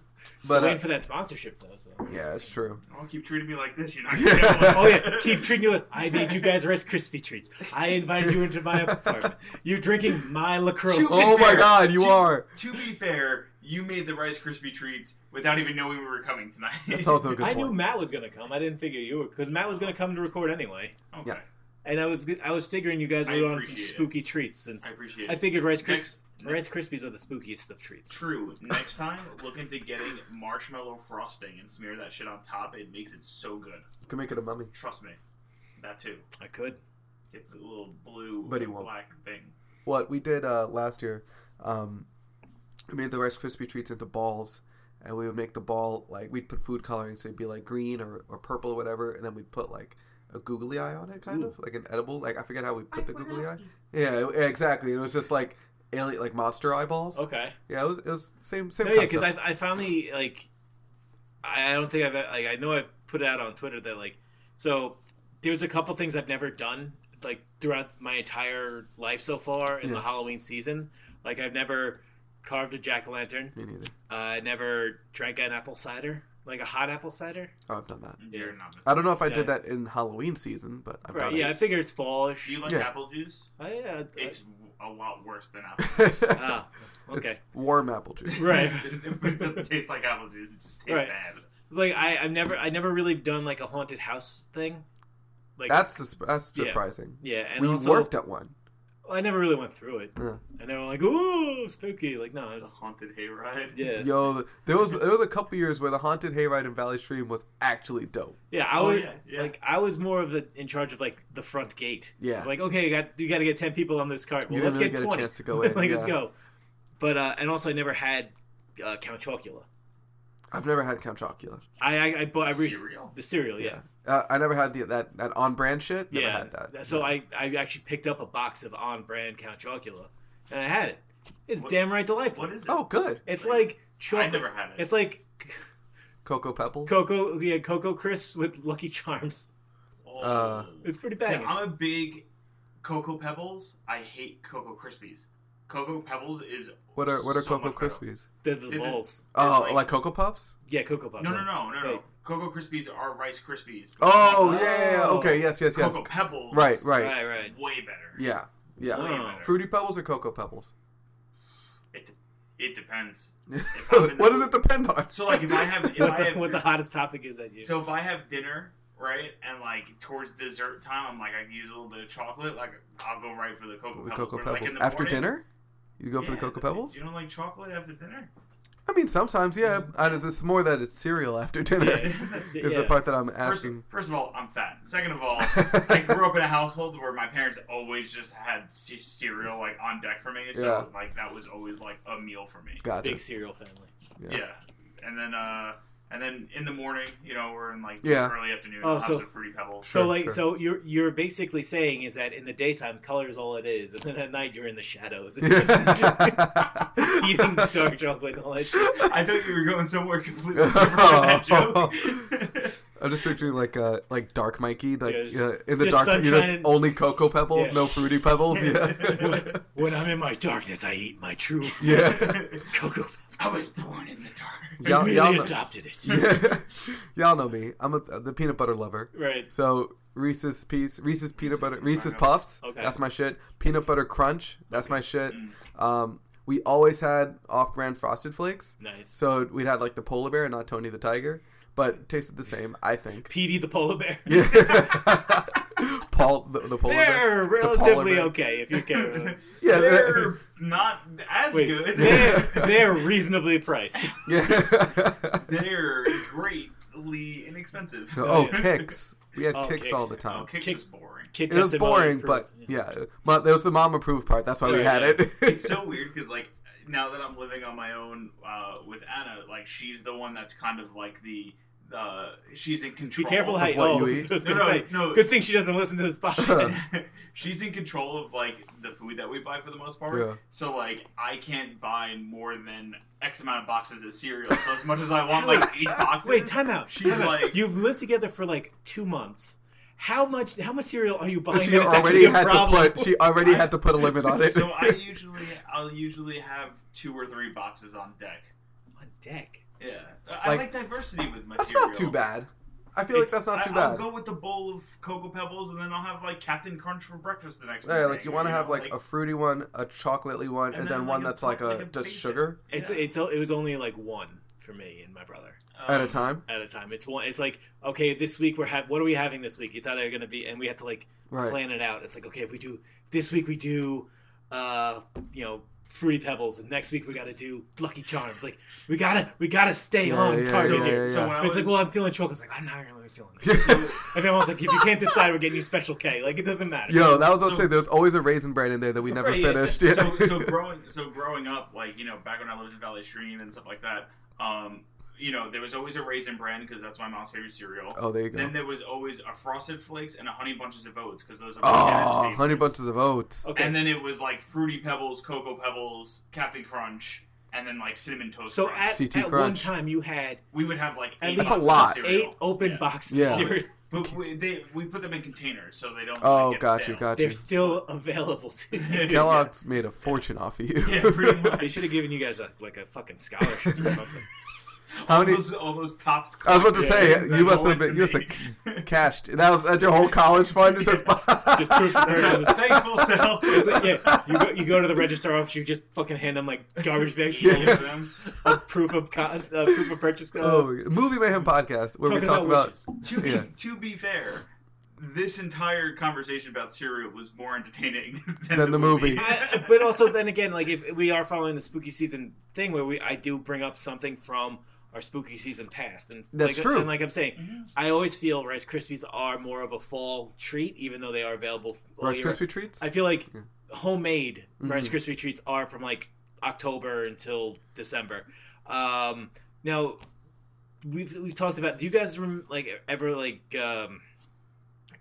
but
waiting
uh,
for that sponsorship though. So
yeah, it's true.
Don't keep treating me like this. You're not gonna get one.
Oh yeah, keep treating you. like- I made you guys Rice Krispie treats. I invite you into my apartment. You're drinking my Lacroix.
To be
Oh my
fair-
God, you
to-
are.
To be fair, you made the Rice Krispie treats without even knowing we were coming tonight.
That's also a good
I
point.
knew Matt was gonna come. I didn't figure you were because Matt was gonna come to record anyway.
okay.
Yeah.
And I was I was figuring you guys
I
would on some
appreciate it.
spooky treats since
I appreciate it.
I figured Rice Krispies
Next-
Rice Krispies are the spookiest of treats.
True. Next time, look into getting marshmallow frosting and smear that shit on top. It makes it so good.
You can make it a mummy.
Trust me. That too.
I could.
It's a little blue
But he
and
won't.
black thing.
What we did uh, last year, um, we made the Rice Krispie treats into balls, and we would make the ball like we'd put food coloring, so it'd be like green or, or purple or whatever, and then we'd put like a googly eye on it, kind of like an edible. Like I forget how we put the googly eye. Yeah, it- exactly. It was just like alien, like monster eyeballs.
Okay.
Yeah, it was it was same same.
No, yeah,
concept.
because I, I finally like I I don't think I've e, like I know I put it out on Twitter that like so there's a couple things I've never done like throughout my entire life so far in the
Yeah.
Halloween season. Like I've never carved a jack o' lantern.
Me neither.
Uh, I never drank an apple cider, like a hot apple cider.
Oh, I've done that.
Mm-hmm.
You're not
I don't know if I
Yeah.
did that in Halloween season, but I've
Right?
done
Yeah, I
it.
figure it's fallish.
Do you like
Yeah.
apple juice?
Oh, yeah, I-
It's a lot worse than apple. juice.
it's
ah, okay.
warm apple juice.
Right.
it doesn't taste like apple juice. It just tastes
Right.
bad.
Like I, I've never, I never really done like a haunted house thing. Like
That's sus- that's
Yeah.
surprising.
yeah, and
we
also
worked at one.
I never really went through it.
Yeah.
And they were like, "Ooh, spooky!" Like, no, I
The
was,
haunted hayride.
yeah,
Yo, the- there was there was a couple years where the haunted hayride in Valley Stream was actually dope.
yeah. I
Oh,
was
yeah, yeah.
like, I was more of the in charge of like the front gate.
Yeah.
like okay, you got you got to get ten people on this cart. Well,
you
let's
didn't really
get
get
twenty.
a chance to go in.
like, let's
yeah.
go. But uh, and also, I never had uh, Count Chocula.
I've never had Count Chocula.
I I, I bought I re-
Cereal.
the cereal. Oh, Yeah,
Yeah. Uh, I never had the, that that on brand shit.
yeah.
Never had that.
So I I actually picked up a box of on brand Count Chocula, and I had it. It's
What-
damn right delightful.
What is it?
Oh, good.
It's like chocolate.
I've never had it.
It's like
Cocoa Pebbles.
cocoa. Yeah, cocoa crisps with Lucky Charms.
Oh.
uh,
It's pretty
See,
bad.
I'm a big Cocoa Pebbles. I hate Cocoa Krispies. Cocoa Pebbles is
What are what are
so
Cocoa
much better.
Krispies?
They're the
It-
balls.
Oh,
like-
like, Cocoa Puffs.
Yeah, Cocoa Puffs.
No, no, no, no, no.
Right.
Cocoa Krispies are Rice Krispies.
Oh, yeah, yeah, yeah.
Oh.
Okay. Yes. Yes. Yes.
Cocoa Pebbles.
Right. Right.
Right, right.
Way better.
Yeah. Yeah.
Way
Oh.
better.
Fruity Pebbles or Cocoa Pebbles?
It It depends. If I'm in the
what does
mood-
it depend on?
So like if I have if
What
I
the,
have
what the hottest topic is that you?
So if I have dinner, right, and like towards dessert time, I'm like I can use a little bit of chocolate. Like I'll go right for the cocoa
the
pebbles.
cocoa
Where, like,
pebbles
in the
after
morning-
dinner. You go for the
Yeah,
cocoa pebbles.
You don't like chocolate after dinner?
I mean, sometimes, yeah. I, it's more that it's cereal after dinner.
Mm-hmm. Yeah, it's the ce-
is the
yeah.
part that I'm
First,
asking.
first of all, I'm fat. Second of all, I grew up in a household where my parents always just had c- cereal like on deck for me, so
Yeah.
like that was always like a meal for me.
Gotcha.
Big cereal family.
Yeah.
Yeah. and then uh, and then in the morning, you know, or in like
Yeah.
early afternoon,
Oh,
I'll have
so-
some fruity pebbles.
So
Sure,
like
sure.
so you're you're basically saying is that in the daytime color is all it is, and then at night you're in the shadows and just eating the dark chocolate and all that shit.
I thought you were going somewhere completely different with that joke.
I'm just picturing like uh like dark Mikey like
Yeah, just-
uh, in the
just
dark you just
sunshine.
only cocoa pebbles
Yeah.
no fruity pebbles yeah
What?
When I'm in my darkness, I eat my true
yeah
cocoa.
I was born in the dark.
y'all, y'all
really
know,
adopted it.
yeah. y'all know me I'm a, the peanut butter lover
Right.
so Reese's piece Reese's peanut butter
peanut
Reese's
butter.
puffs
Okay.
that's my shit peanut butter crunch that's my shit
Mm.
um we always had off-brand frosted flakes
Nice.
so we'd had like the polar bear and not Tony the tiger but tasted the same I think
Petey the polar bear.
Yeah. Paul, the, the polar bear.
They're
polar
relatively
bear.
okay if you care. about it.
Yeah,
they're
they're-
not as
Wait,
good.
they're, they're reasonably priced.
Yeah.
They're greatly inexpensive.
oh, kicks. We had
Oh,
kicks,
Kix.
all the
Oh,
time.
kicks
Kick-
was boring.
Kit
It was
Kat and Molly
boring, but
Approved.
yeah, Mo- there was the mom approved part. That's why we
Yeah.
had it.
It's so weird because like now that I'm living on my own uh, with Anna, like she's the one that's kind of like the uh, she's in
Be
control.
careful how
Of
you.
what
Oh,
you
I was
eat.
gonna
No, no,
say.
no.
Good thing she doesn't listen to this podcast.
she's in control of like the food that we buy for the most part.
Yeah.
So like I can't buy more than X amount of boxes of cereal. So as much as I want like eight boxes.
Wait, time out.
She's
time out.
like-
you've lived together for like two months. How much? How much cereal are you buying?
she
that is
already
actually a
had to
problem?
put. She already had to put a limit on it.
So I usually I'll usually have two or three boxes on deck.
on deck.
Yeah. I
Like-
like, diversity with my
that's
cereal.
not too bad. I feel like
It's-
that's not too
I,
bad.
I'll go with the bowl of cocoa pebbles, and then I'll have like Captain Crunch for breakfast the next.
yeah, like
morning,
you
or,
want to have
know,
like, a fruity one, a chocolatey one, and,
And
then,
then, like,
one
a
that's
pop-
like a
like a
just
basic-
sugar
It's
Yeah.
it's it was only like one for me and my brother
at a
um,
time.
at a time. It's one. It's like okay, this week we're have. What are we having this week? It's either gonna be and we have to like
Right.
plan it out. It's like okay, if we do this week, we do, uh, you know. Fruity Pebbles, and next week we gotta do Lucky Charms. Like we gotta, we gotta stay
Yeah,
on
yeah,
target
So,
yeah,
here.
yeah,
so
yeah.
when I
But it's
was
like, well, I'm feeling chocolate. It's like I'm not really feeling. It. And then I was like, if you can't decide, we're getting you special K. Like it doesn't matter.
Yo, that was what I
So-
said. There was always a raisin bread in there that we never
Right, yeah.
finished. Yeah.
so, so growing so growing up, like you know, back when I lived in Valley Stream and stuff like that, um, you know, there was always a raisin bran because that's my mom's favorite cereal.
oh, there you go.
Then there was always a frosted flakes and a honey bunches of oats because those are my dad's
Oh,
favorites.
honey bunches of oats.
Okay.
And then it was like fruity pebbles, cocoa pebbles, Captain Crunch, and then like cinnamon toast.
So
Crunch.
at,
CT
at one
Crunch.
time, you had
we would have like
at
eight
least
That's a
boxes of
lot.
cereal.
eight Oh, open
Yeah.
boxes.
Yeah.
of cereal.
But we, they, we put them in containers so they don't.
Oh,
like, get
got you,
stale.
got
They're
you.
still available to you.
Kellogg's made a fortune off of you.
Yeah, pretty much.
They should have given you guys a, like a fucking scholarship or something.
How
all
many?
those, all those tops.
I was about to
Yeah,
say
that
you must
all
have
went
been,
to
you must
me.
have cashed. That was that's your whole college fund. It's
Just proof
So, Thankful self.
It's like, yeah, you go, you go to the register office, you just fucking hand them like garbage bags full
Eating
Yeah.
of
them.
of proof of con- uh, proof of purchase. uh,
oh, movie mayhem podcast where we
talking
talk about.
witches.
To be
Yeah.
to be fair, this entire conversation about cereal was more entertaining than,
Than the movie.
I, but also then again like if we are following the spooky season thing where we i do bring up something from our spooky season past and
That's
like,
true.
and like i'm saying i always feel rice krispies are more of a fall treat even though they are available all
Rice
year.
Krispie treats.
i feel like homemade
Mm-hmm.
rice krispie treats are from like october until december um now we've we've talked about do you guys rem- like ever like um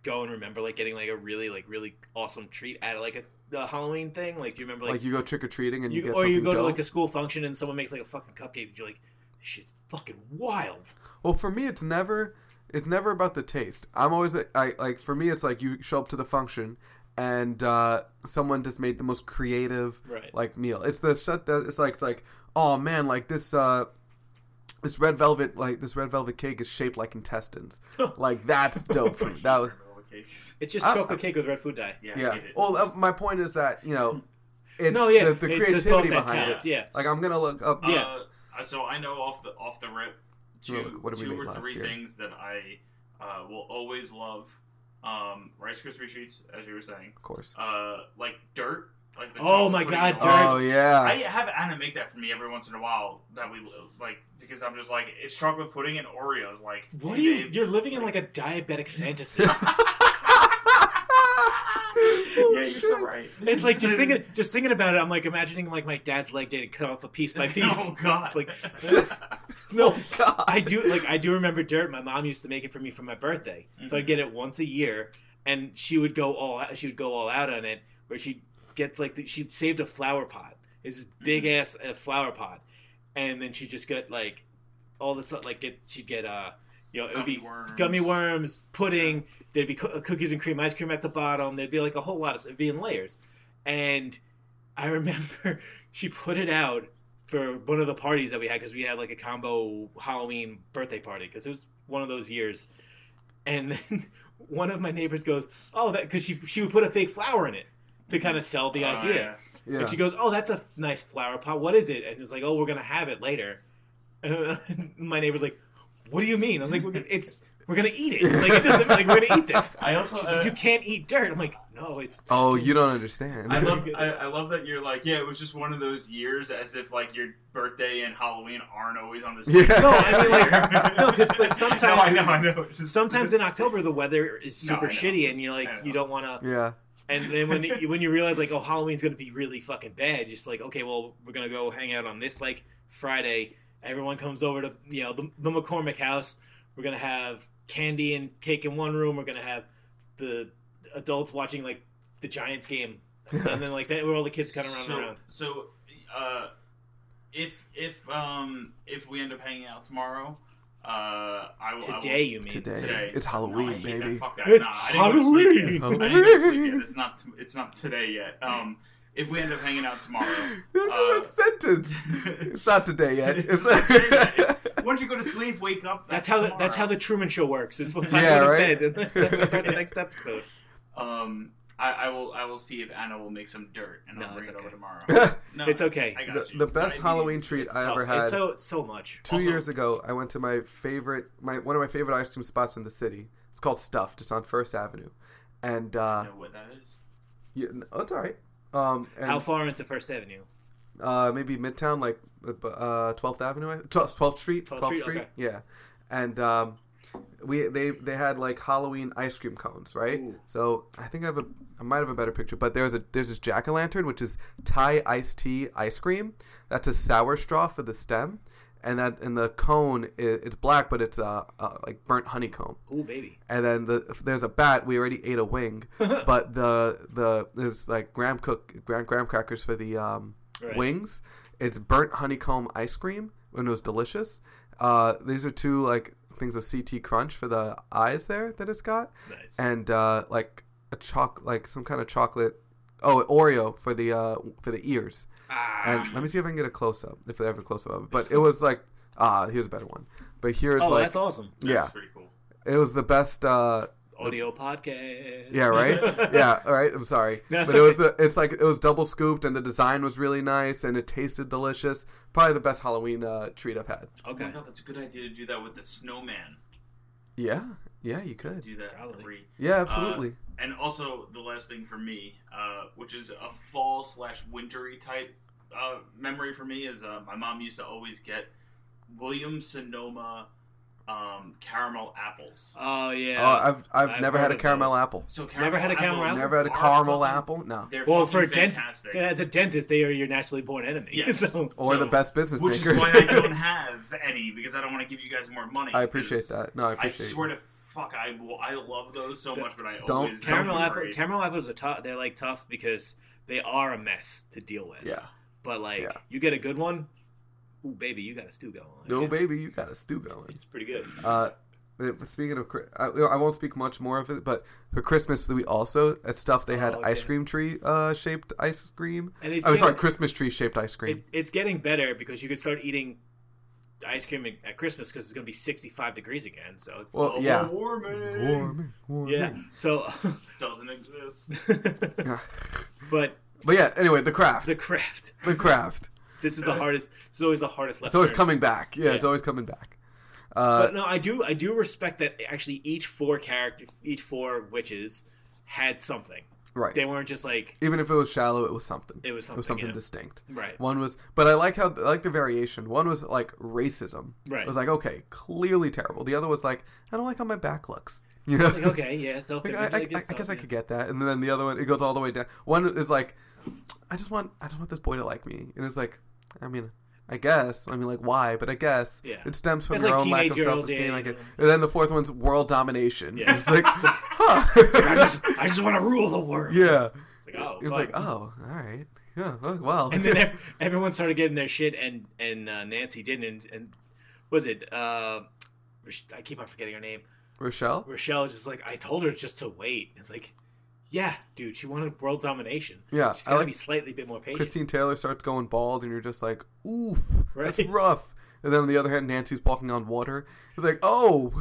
go and remember like getting like a really like really awesome treat at like a, a halloween thing like do you remember
Like,
like,
you go trick or treating and you,
you,
get
or
something
you go to
dope.
like a school function and someone makes like a fucking cupcake and you're like this shit's fucking wild
Well, for me, it's never it's never about the taste. I'm always I like for me, it's like you show up to the function and uh, someone just made the most creative
Right.
like meal. It's the shut that it's like it's like oh man, like this uh, this red velvet like this red velvet cake is shaped like intestines. like that's dope for me. That was
Little cakes.
it's just
I-
chocolate cake with red food dye
Yeah, I
yeah. um,
hate it.
Well, uh, my point is that you know it's
no, yeah,
the, the
it's just
creativity
both that
behind
counts,
it.
Yeah,
Like I'm gonna look up.
Yeah.
Uh, so I know off the off the rip two,
Look, what did we
two
make
or
last
three
year?
things that I uh, will always love. Um, Rice Krispie treats, as you were saying,
Of course.
uh, like dirt. Like the
Oh
chocolate
my
pudding
God,
and all that.
Oh yeah.
I have Anna make that for me every once in a while. That we like because I'm just like it's chocolate pudding and Oreos. Like
what
hey,
are you?
babe.
You're living in like a diabetic fantasy.
yeah, you're so right.
It's like just thinking, just thinking about it. I'm like imagining like my dad's leg getting cut off a piece by piece.
Oh God!
Like,
No
Oh,
no,
God.
I do like I do remember dirt. My mom used to make it for me for my birthday, so
Mm-hmm.
I'd get it once a year, and she would go all out, she would go all out on it, where she gets like the, she saved a flower pot, it's this big
Mm-hmm.
ass uh, flower pot, and then she just got like all this like get she'd get uh you know it would
Gummy
be
worms.
gummy worms, pudding. There'd be coo- cookies and cream ice cream at the bottom. There'd be like a whole lot of stuff. It'd be in layers. And I remember she put it out for one of the parties that we had because we had like a combo Halloween birthday party because it was one of those years. And then one of my neighbors goes, "Oh, that," because she she would put a fake flower in it to kind of sell the
Oh,
idea.
yeah.
Yeah.
And she goes, "Oh, that's a nice flower pot. What is it?" And it's like, "Oh, we're gonna have it later." And my neighbor's like, "What do you mean?" I was like, we're, gonna- "It's we're gonna eat it. Like it doesn't like we're gonna eat this."
I also
She's
uh,
like, "You can't eat dirt." I'm like, "No, it's
Oh, you don't understand.
I love I, I love that you're like yeah it was just one of those years as if like your birthday and Halloween aren't always on the same.
Yeah. No, I
mean,
like-
no, 'cause, like,
No, I
sometimes-
know, I know. It's just-
sometimes in October the weather is
No, I
super
know.
shitty, and you're like,
I know.
you don't want to."
yeah.
And then when you, when you realize like, "Oh, Halloween's gonna be really fucking bad," you're just like, "Okay, well, we're gonna go hang out on this like Friday. Everyone comes over to you know the, the McCormick house. We're gonna have candy and cake in one room. We're gonna have the adults watching like the Giants game, and then like that where all the kids kind of run
so,
around.
So, uh, if if um if we end up hanging out tomorrow, uh, I will I will-
Today, you mean?
Today.
Today.
It's
No,
Halloween,
I hate that.
baby.
Fuck that.
It's
Nah, I didn't go to sleep yet.
Halloween.
I didn't go to sleep yet. It's not. It's not today yet. Um, if we end up hanging out tomorrow,
That's
Uh,
that sentence. It's not today yet. It's
once you go to sleep, wake up.
That's how the,
tomorrow.
that's how the Truman Show works. It's what time
Yeah,
yeah,
right?
right? bed, and then we start the next episode.
Um, I, I will. I will see if Anna will make some dirt, and
No,
I'll
it's
bring it over
okay.
tomorrow. No,
It's okay.
I got
the,
you.
the best
Diabetes
Halloween
is-
treat
it's
I
tough.
ever
It's
had.
so so much.
Two
Also-
years ago, I went to my favorite, my one of my favorite ice cream spots in the city. It's called Stuffed. It's on First Avenue, and uh,
You know what that is?
you, oh, it's all right. Um, and,
How far into First Avenue?
uh, maybe Midtown, like uh, Twelfth Avenue, I- Twelfth Twelfth Street,
12th
Twelfth
Street,
Street,
okay.
yeah. And um, we they they had like Halloween ice cream cones, right?
Ooh.
So I think I have a I might have a better picture, but there's a there's this jack o' lantern which is Thai iced tea ice cream. That's a sour straw for the stem, and that and the cone i it's black, but it's uh, uh like burnt honeycomb
Ooh, baby.
and then the, if there's a bat. We already ate a wing, but the the there's like graham cook graham graham crackers for the um,
Right.
wings. It's burnt honeycomb ice cream, and it was delicious. Uh, these are two like things of CT crunch for the eyes there that it's got,
Nice.
and uh, like a choc like some kind of chocolate. Oh, Oreo for the uh, for the ears.
Ah.
And let me see if I can get a close up if they have a close up of it. But it was like ah, here's a better one. But here's
oh,
like
that's awesome.
yeah,
That's pretty cool.
it was the best. Uh,
Audio podcast.
Yeah, right. yeah, all right. I'm sorry,
No, it's
but it was the. It's like it was double scooped, and the design was really nice, and it tasted delicious. Probably the best Halloween uh, treat I've had.
Oh
Okay.
my god, that's a good idea to do that with the snowman.
Yeah, yeah, you could.
Do that
Probably.
three.
Yeah, absolutely.
And also the last thing for me, uh, which is a fall slash wintery type uh, memory for me, is uh, my mom used to always get Williams Sonoma um, caramel apples.
Oh yeah.
oh, I've I've,
I've
never
heard
had a
of
caramel
those.
apple.
So caramel
Never had a caramel
apples
apple?
Never had a
are
caramel
fucking-
apple. No,
They're
well,
fucking
for a dent,
fantastic.
as a dentist, they are your naturally born enemy.
Yes.
So,
or the
So-
best business
which
makers.
is why I don't have any because I don't want to give you guys more money.
I appreciate
because
that. No, I
I
appreciate.
swear to fuck, I will- I love those so much, but I
Don't-
always
caramel
don't
apple,
agree.
caramel apples are tough. They're like tough because they are a mess to deal with.
it. Yeah,
But like,
Yeah.
you get a good one. Ooh, baby, you got a stew going. Like,
no,
it's-
baby, you got a stew going.
It's pretty good.
Uh, but speaking of, Chri- I, I won't speak much more of it, but for Christmas we also at stuff they had
Oh,
ice
okay.
cream tree uh, shaped ice cream.
And it's
I'm Oh, sorry,
getting-
Christmas tree shaped ice cream.
It, it's getting better because you can start eating ice cream at- at Christmas because it's going to be 65 degrees again. So
well,
Global
yeah.
warming
Oh, Warm, warm.
yeah, so
doesn't exist.
Yeah.
but
But yeah, anyway, the craft,
The
the,
Craft.
craft.
This is the hardest. It's always the hardest left.
It's always
turn.
coming back. Yeah, it's
Yeah.
always coming back. Uh,
But no, I do. I do respect that. Actually, each four character, each four witches, had something.
right.
They weren't just like
Even if it was shallow, it was something.
It was
It was
something,
something
yeah.
distinct.
right.
One was, but I like how I like the variation. One was like racism.
Right.
It was like okay, clearly terrible. The other was like I don't like how my back looks. You know.
Like, okay, yeah, self.
Like, I, I, I, guess I could get that. And then the other one, it goes all the way down. One is like, I just want, I just want this boy to like me. And it's like, I mean, I guess. I mean, like, why? But I guess
Yeah.
it stems from
It's
your
like
own lack
teenage
of
girls,
self-esteem.
yeah,
I guess.
yeah.
And then the fourth one's world domination.
Yeah.
It's like,
like, I just,
huh?
I just want to rule the world.
Yeah.
It's like oh,
It's
fuck.
like, oh, all right, yeah, oh, well.
And then ev- everyone started getting their shit, and and uh, Nancy didn't. And, and was it? Uh, Roch- I keep on forgetting her name.
Rochelle.
Rochelle just like I told her just to wait. It's like, yeah, dude, she wanted world domination.
Yeah,
she's
I
gotta
like-
be slightly bit more patient.
Christine Taylor starts going bald, and you're just like, oof, that's
Right.
rough. And then on the other hand, Nancy's walking on water. It's like, oh,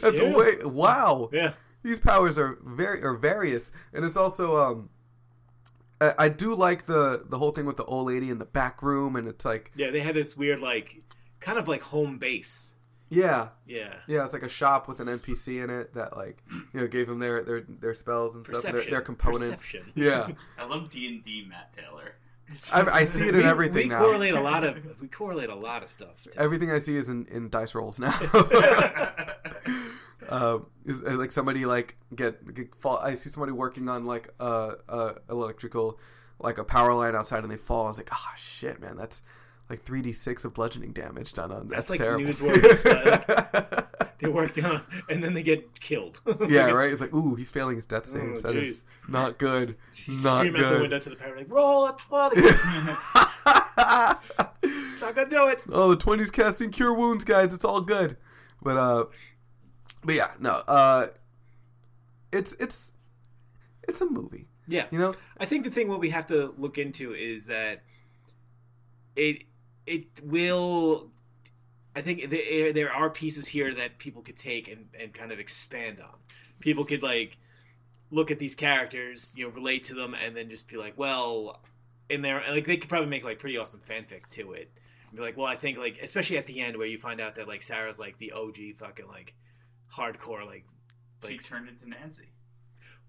that's
Yeah.
way, wow.
Yeah,
these powers are very are various, and it's also um, I, I do like the the whole thing with the old lady in the back room, and it's like
yeah, they had this weird like, kind of like home base.
yeah,
Yeah,
yeah, it's like a shop with an NPC in it that like you know gave them their their, their spells and stuff,
Perception.
their, their components.
Perception.
Yeah,
I love D and D, Matt Taylor.
I, I see it in
We-
everything
we
now.
correlate a lot of we correlate a lot of stuff. to-
Everything I see is in, in dice rolls now. um, is, uh, like somebody like get, get fall. I see somebody working on like uh, uh electrical, like a power line outside, and they fall. I was like, ah, shit, man, that's like three d six of bludgeoning damage done on. That's,
That's like
terrible.
newsworthy They work on, and then they get killed.
yeah, right. It's like, ooh, he's failing his death
Oh,
saves. That is
geez.
not good.
You
not
scream out the window
good.
to the parrot like, "Roll a twenty! it's not gonna do it."
oh, the twenties casting cure wounds, guys. It's all good, but uh, but yeah, no, uh, it's it's it's a movie,
Yeah,
you know.
I think the thing what we have to look into is that it it will. I think there there are pieces here that people could take and, and kind of expand on. People could like look at these characters, you know, relate to them, and then just be like, well, in there, like they could probably make like pretty awesome fanfic to it. And be like, well, I think like especially at the end where you find out that like Sarah's like the OG fucking like hardcore like
She
like
turned into Nancy.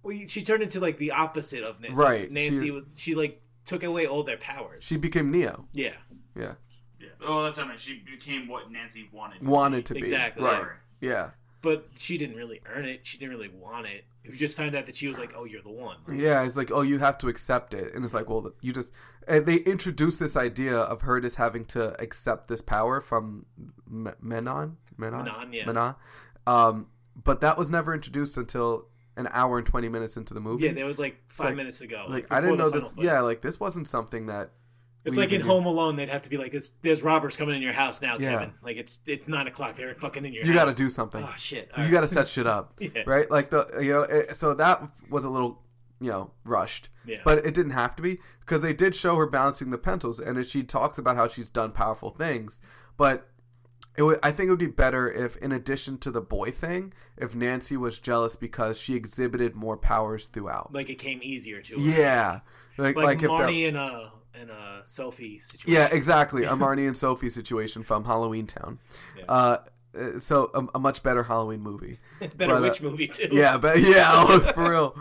well, you- she turned into like the opposite of Nancy.
Right,
Nancy,
she-
was she like took away all their powers.
She became Neo.
yeah,
Yeah,
Yeah. Oh, that's what I meant. She became what Nancy wanted.
wanted to be
Exactly.
right. Yeah,
but she didn't really earn it. She didn't really want it. We just found out that she was like, "Oh, you're the one."
yeah. It's like, oh, you have to accept it, and it's like, well, you just and they introduced this idea of her just having to accept this power from M- Menon, Menon,
Menon, yeah.
Menon. Um, but that was never introduced until an hour and twenty minutes into the movie.
Yeah, that was like five
like-
minutes ago.
like I
before
didn't
the
know
final
this.
play.
Yeah, like this wasn't something that
it's
we
like in
even knew.
Home Alone, they'd have to be like, "There's, there's robbers coming in your house now,
Yeah.
Kevin." Like it's it's nine o'clock. They're fucking in your.
You got
house.
to do something.
Oh shit!
you got to set shit up,
Yeah.
right? Like the you know. It, so that was a little you know rushed,
Yeah.
but it didn't have to be because they did show her balancing the pencils, and she talks about how she's done powerful things, but. It would, I think it would be better if, in addition to the boy thing, if Nancy was jealous because she exhibited more powers throughout.
like it came easier to her.
yeah, like
like,
like, if that,
Marnie uh, in a in a selfie situation.
yeah, exactly. A Marnie and Sophie situation from Halloween Town.
Yeah.
Uh, uh, so a, a much better Halloween movie.
better
but, uh,
witch movie too.
Yeah, but yeah, for real.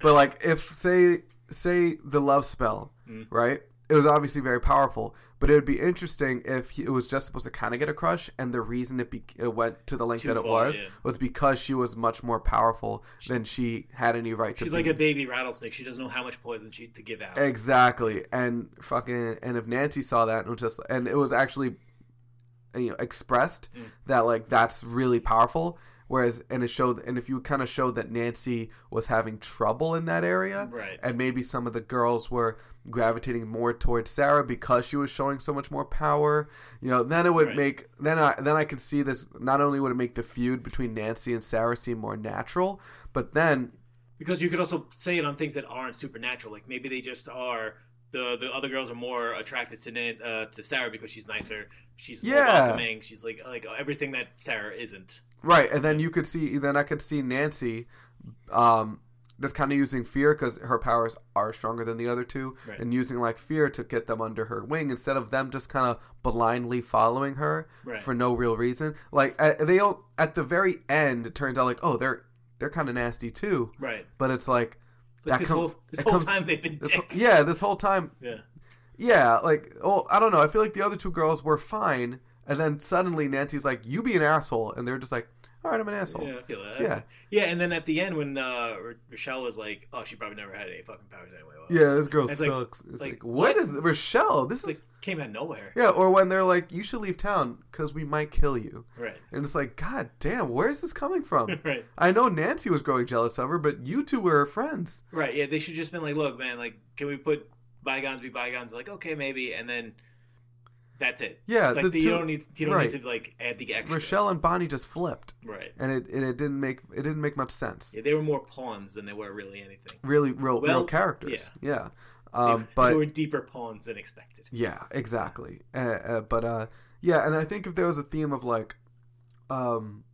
But like, if say say the love spell,
Mm.
right? It was obviously very powerful, but it would be interesting if he, it was just supposed to kind of get a crush, and the reason it, be, it went to the length
Too
that it
far,
was
yeah.
was because she was much more powerful than she had any right to
She's
be.
like a baby rattlesnake. She doesn't know how much poison she to give out.
Exactly, and fucking, and if Nancy saw that and was just, and it was actually, you know, expressed
Mm.
that like that's really powerful. Whereas, and it showed, and if you kind of showed that Nancy was having trouble in that area,
Right.
and maybe some of the girls were gravitating more towards Sarah because she was showing so much more power, you know, then it would
Right.
make, then I, then I could see this. Not only would it make the feud between Nancy and Sarah seem more natural, but then
Because you could also say it on things that aren't supernatural. Like maybe they just are. The, the other girls are more attracted to Nan, uh, to Sarah because she's nicer. She's more
Yeah.
welcoming. She's like like everything that Sarah isn't.
Right, and then you could see, then I could see Nancy, um, just kind of using fear because her powers are stronger than the other two,
Right.
and using like fear to get them under her wing instead of them just kind of blindly following her
Right.
for no real reason. Like at, they all at the very end, it turns out like oh they're they're kind of nasty too,
Right.
but it's like,
It's like
that
this
com-
whole this
that
whole
comes-
time they've been
this whole-
dicks.
yeah, this whole time
Yeah.
yeah, like, oh, I don't know. I feel like the other two girls were fine, and then suddenly Nancy's like, "You be an asshole," and they're just like, "All right, I'm an asshole."
Yeah, I feel that.
Yeah.
Yeah, and then at the end when uh, Ro- Rochelle was like, "Oh, she probably never had any fucking powers anyway." Well,
Yeah, this girl
It's like-
sucks. it's
like,
like, what
what?
is Rochelle? This is
it's like came out of nowhere.
yeah. Or when they're like, "You should leave town because we might kill you,"
Right.
and it's like, "God damn, where is this coming from?"
Right.
I know Nancy was growing jealous of her, but you two were her friends.
Right. Yeah, they should just been like, "Look, man, like can we put bygones be bygones?" Like, "Okay, maybe." And then that's it.
Yeah,
Like
the
the- you
two-
don't need you don't
right.
need to like add the extra.
Rochelle and Bonnie just flipped,
Right.
and it and it didn't make it didn't make much sense.
Yeah, they were more pawns than they were really anything.
Really, real
Well,
real characters. Yeah, um,
they,
but
they were deeper pawns than expected.
Yeah, exactly. Uh, uh, but uh, yeah, and I think if there was a theme of like, um,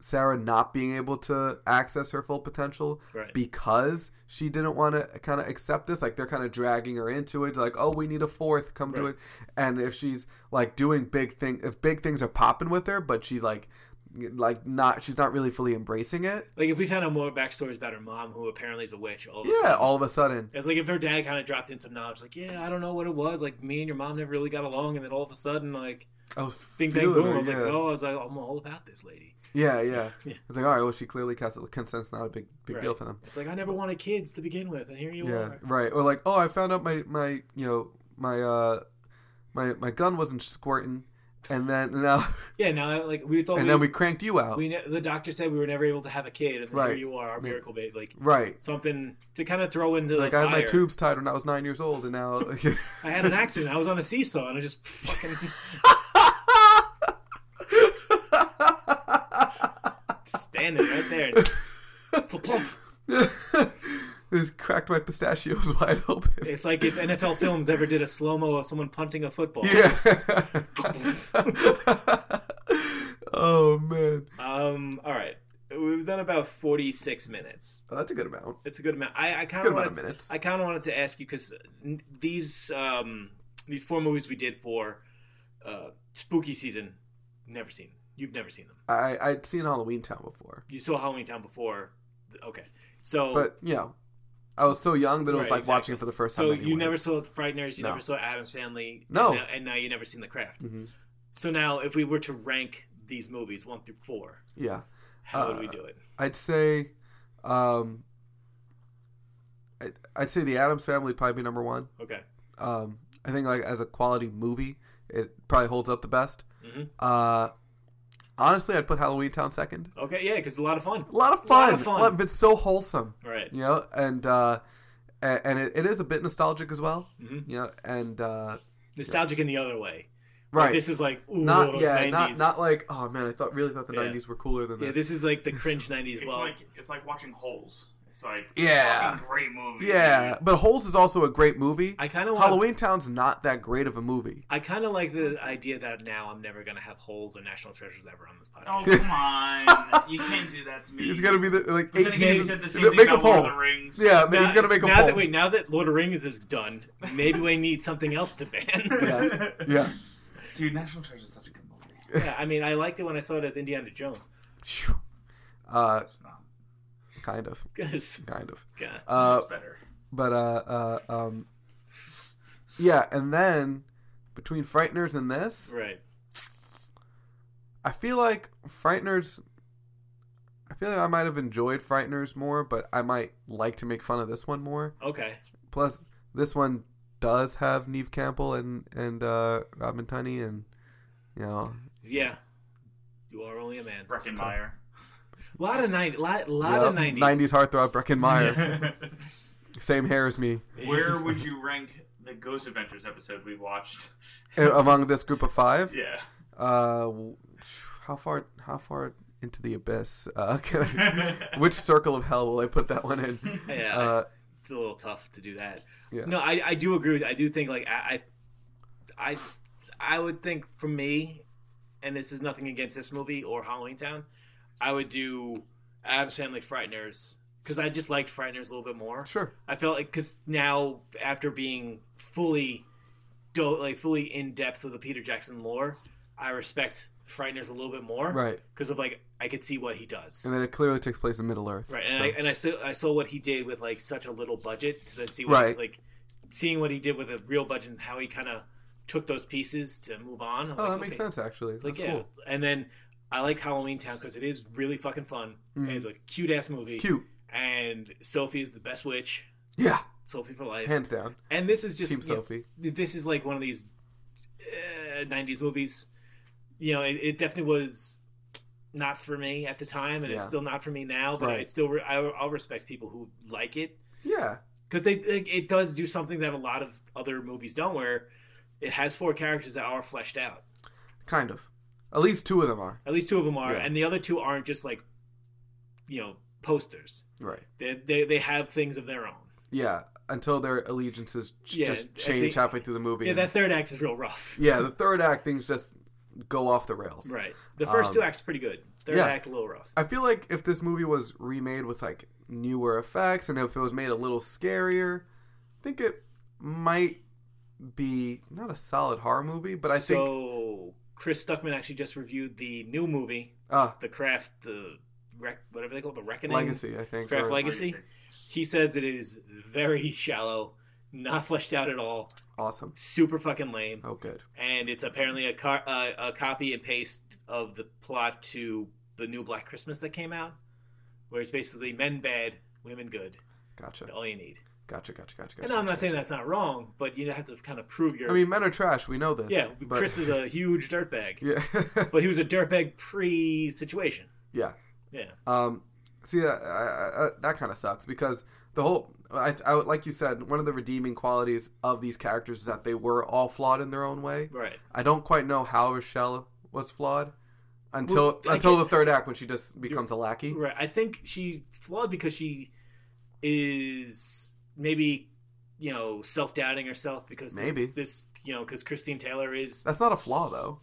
Sarah not being able to access her full potential
Right.
because she didn't want to kind of accept this, like they're kind of dragging her into it, like, oh, we need a fourth, come do
Right.
it. And if she's like doing big thing, if big things are popping with her, but she like, like not, she's not really fully embracing it.
like if we found out more backstories about her mom, who apparently is a witch, all of a
Yeah,
sudden,
all of a sudden,
It's like if her dad kind of dropped in some knowledge, like, yeah, I don't know what it was. Like me and your mom never really got along, and then all of a sudden, like,
I was
bing bang
feeling
boom,
her,
I was
yeah.
like, oh, I was like, I'm all about this lady.
yeah, yeah,
Yeah.
It's like, all right, well, she clearly cast consent's not a big, big
Right.
deal for them.
It's like I never wanted kids to begin with, and here you
yeah,
are.
right. Or like, oh, I found out my my you know my uh my my gun wasn't squirting, and then now
Yeah, now like we thought,
and
we,
then we cranked you out.
we ne- the doctor said we were never able to have a kid, and then here
Right.
you are, our
Yeah.
miracle baby, like
right.
something to kind of throw into
Like
the
I
fire.
had my tubes tied when I was nine years old, and now
I had an accident. I was on a seesaw, and I just fucking standing right there. Plump, plump.
Just cracked my pistachios wide open.
It's like if NFL Films ever did a slow mo of someone punting a football.
Yeah. oh man,
Um. All right. We've done about forty-six minutes.
oh, that's a good amount.
It's a good amount. I, I kind
Good
of
amount of
wanted.
minutes.
I kind of wanted to ask you because these um these four movies we did for uh spooky season, never seen. You've never seen them.
I I'd seen Halloween Town before.
You saw Halloween Town before. Okay. So.
but you know, I was so young that it was
Oh. Right,
like watching
exactly.
it for the first time.
so
anyway.
you never saw The Frighteners, you
No.
never saw Adam's Family,
No.
and now, and now you never seen The Craft.
Mhm.
So now, if we were to rank these movies one through four,
Yeah,
how would we
Uh,
do it?
I'd say, um, I'd, I'd say the Adams Family would probably be number one.
Okay,
Um, I think like as a quality movie, it probably holds up the best.
Mhm.
Uh, honestly, I'd put Halloween Town second.
okay, yeah, because a lot of fun.
A lot of
Lot
fun.
of fun.
Lot- but it's so wholesome,
All right.
you know, and uh, a- and it, it is a bit nostalgic as well,
Mhm.
you know, and uh,
nostalgic in the other way. Like,
right.
this is like ooh,
not yeah,
90s.
not not like oh man, I thought really thought the
Yeah.
'90s were cooler than
yeah.
this.
This is like the cringe '90s.
It's
Well,
like it's like watching holes. It's like
Yeah.
fucking great movie.
Yeah, but Holes is also a great movie.
I kind of want.
Halloween Town's not that great of a movie.
I kind of like the idea that now I'm never gonna have holes or national treasures ever on this
Oh
podcast.
come on! you can't do that to me.
He's gonna be the like
But
eight
then again, you
seasons.
said the same thing
Make a
about Lord of
poll.
the Rings.
Yeah,
Now-
he's gonna make a
now
poll.
That, wait, now that Lord of the Rings is done, maybe we need something else to ban.
Yeah. yeah,
Dude, National Treasure is such a good movie.
yeah, I mean, I liked it when I saw it as Indiana Jones.
Phew. uh,
It's not.
kind of,
'Cause,
kind of.
God.
Uh,
It's better.
but uh, uh, um, yeah, and then between Frighteners and this,
right.
I feel like Frighteners. I feel like I might have enjoyed Frighteners more, but I might like to make fun of this one more.
Okay.
Plus, this one does have Neve Campbell and and uh, Robin Tunney, and you know,
Yeah. You are only a man.
Breckin Meyer.
A lot of '90s. Lot, lot of
yeah,
'90s.
heartthrob Brecken Meyer, same hair as me,
Where would you rank the Ghost Adventures episode we watched?
A- among this group of five.
Yeah.
Uh, w- how far? How far into the abyss? Uh, can I, which circle of hell will I put that one in?
Yeah.
Uh,
it's a little tough to do that.
Yeah.
No, I, I do agree. With, I do think like I, I, I, I would think for me, and this is nothing against this movie or Halloween Town, I would do Adam's Family Frighteners, because I just liked Frighteners a little bit more.
Sure.
I felt like because now after being fully, do- like fully in depth with the Peter Jackson lore, I respect Frighteners a little bit more.
Right.
Because of like I could see what he does.
And then it clearly takes place in Middle Earth.
right. And
so-
I and I saw I saw what he did with like such a little budget to then see what
Right.
like seeing what he did with a real budget and how he kind of took those pieces to move on. I'm
oh,
like,
that makes
okay.
sense actually.
It's like
That's
yeah,
cool.
and then I like Halloween Town because it is really fucking fun. And
Mhm.
it's a cute ass movie.
Cute.
And Sophie is the best witch.
Yeah,
Sophie for life.
hands down.
and this is just
Team
you know,
Sophie.
this is like one of these uh, '90s movies. You know, it, it definitely was not for me at the time, and it's
Yeah.
still not for me now. But I
Right.
still re- I, I'll respect people who like it
Yeah.
because they it, it does do something that a lot of other movies don't. Where it has four characters that are fleshed out.
Kind of. At least two of them are.
At least two of them are,
Yeah.
and the other two aren't just like, you know, posters.
Right.
They they, they have things of their own.
Yeah. Until their allegiances ch-
Yeah,
just
I
change
think-
halfway through the movie.
Yeah, that third act is real rough.
Yeah, the third act things just go off the rails.
Right. The first
Um,
two acts pretty good. Third
yeah.
act a little rough.
I feel like if this movie was remade with like newer effects and if it was made a little scarier, I think it might be not a solid horror movie, but I think
so Chris Stuckman actually just reviewed the new movie,
uh
The Craft, the Rec, whatever they call it, the Reckoning.
Legacy, I think.
Craft
or-
Legacy. He says it is very shallow, not fleshed out at all,
awesome.
super fucking lame,
Oh good.
and it's apparently a car, uh, a copy and paste of the plot to the new Black Christmas that came out, where it's basically men bad, women good,
Gotcha.
all you need.
Gotcha, gotcha, gotcha, gotcha.
And I'm
gotcha.
not saying that's not wrong, but you have to kind of prove your.
I mean men are trash, we know this.
yeah,
but-
Chris is a huge dirtbag.
Yeah.
But he was a dirtbag pre situation.
yeah.
Yeah.
Um, see, I, I, I, that kind of sucks because the whole, I, I would, like you said, one of the redeeming qualities of these characters is that they were all flawed in their own way.
Right.
I don't quite know how Rochelle was flawed until
Well, I
until
get-
the third act when she just becomes a lackey.
Right. I think she's flawed because she is maybe, you know, self doubting herself because this-
Maybe.
this, you know, because Christine Taylor is.
That's not a flaw though.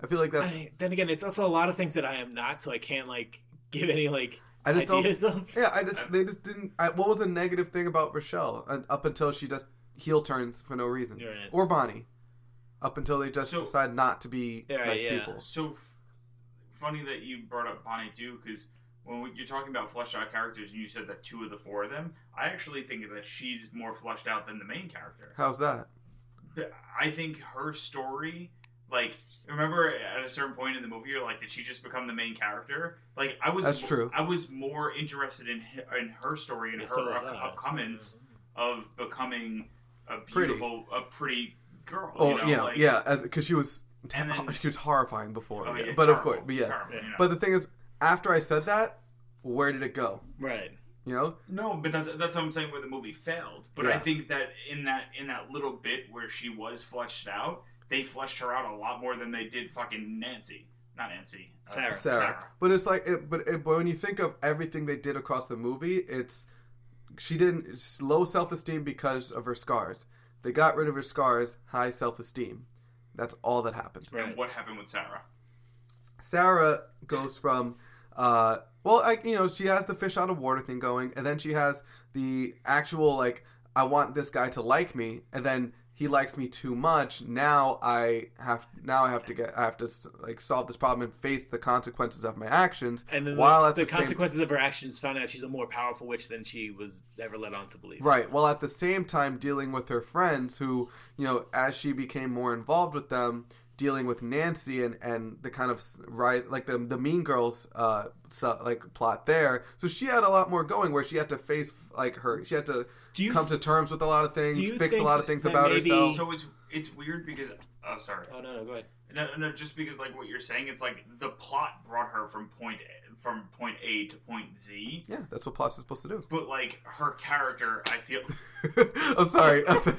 I feel like that's. I,
I, then again, it's also a lot of things that I am not, so I can't, like, give any, like,
just
ideas
don't.
of.
Yeah, I just they just didn't. I, what was the negative thing about Rochelle and up until she just heel turns for no reason,
You're right.
or Bonnie, up until they just
So-
decide not to be
Yeah,
nice
yeah.
people.
So f- funny that you brought up Bonnie too, because when we, you're talking about fleshed out characters, and you said that two of the four of them, I actually think that she's more fleshed out than the main character.
How's that?
But I think her story, like, remember at a certain point in the movie, you're like, did she just become the main character? Like, I was
That's true.
I was more interested in h- in her story and
Yeah,
her
so was
up-
I.
upcomings of becoming a
Pretty.
beautiful, a pretty girl.
Oh
you know,
yeah,
like-
yeah, as because she was
And then-
she was horrifying before,
Oh,
yeah.
yeah,
but of course,
terrible,
but yes.
terrible, you know.
But the thing is, after I said that, where did it go?
Right.
You know,
No, but that's that's what I'm saying. Where the movie failed, but I
Yeah.
think that in that in that little bit where she was fleshed out, they fleshed her out a lot more than they did fucking Nancy. Not Nancy, uh,
Sarah.
Sarah. But it's like, it, but it, but when you think of everything they did across the movie, it's she didn't it's low self esteem because of her scars. They got rid of her scars, high self esteem. That's all that happened.
And
Right.
what happened with Sarah?
Sarah goes from, uh, well, I, you know, she has the fish out of water thing going, and then she has the actual like, I want this guy to like me, and then he likes me too much. Now I have, now I have to get, I have to like solve this problem and face the consequences of my actions.
And then
while
the,
at the,
the
same
consequences of her actions found out she's a more powerful witch than she was ever led on to believe.
Right. While at the same time dealing with her friends who, you know, as she became more involved with them, dealing with Nancy and, and the kind of right like the the mean girls uh so, like plot there. So she had a lot more going where she had to face like her she had to
Do you
come to terms with a lot of things,
do you
fix a
think
lot of things
that
about
maybe-
herself.
So it's it's weird because oh sorry,
Oh, no, no, go ahead.
no, no, just because like what you're saying, it's like the plot brought her from point A- from point A to point Z,
Yeah, that's what plots is supposed to do.
but like her character, I feel
I'm sorry. I'm sorry.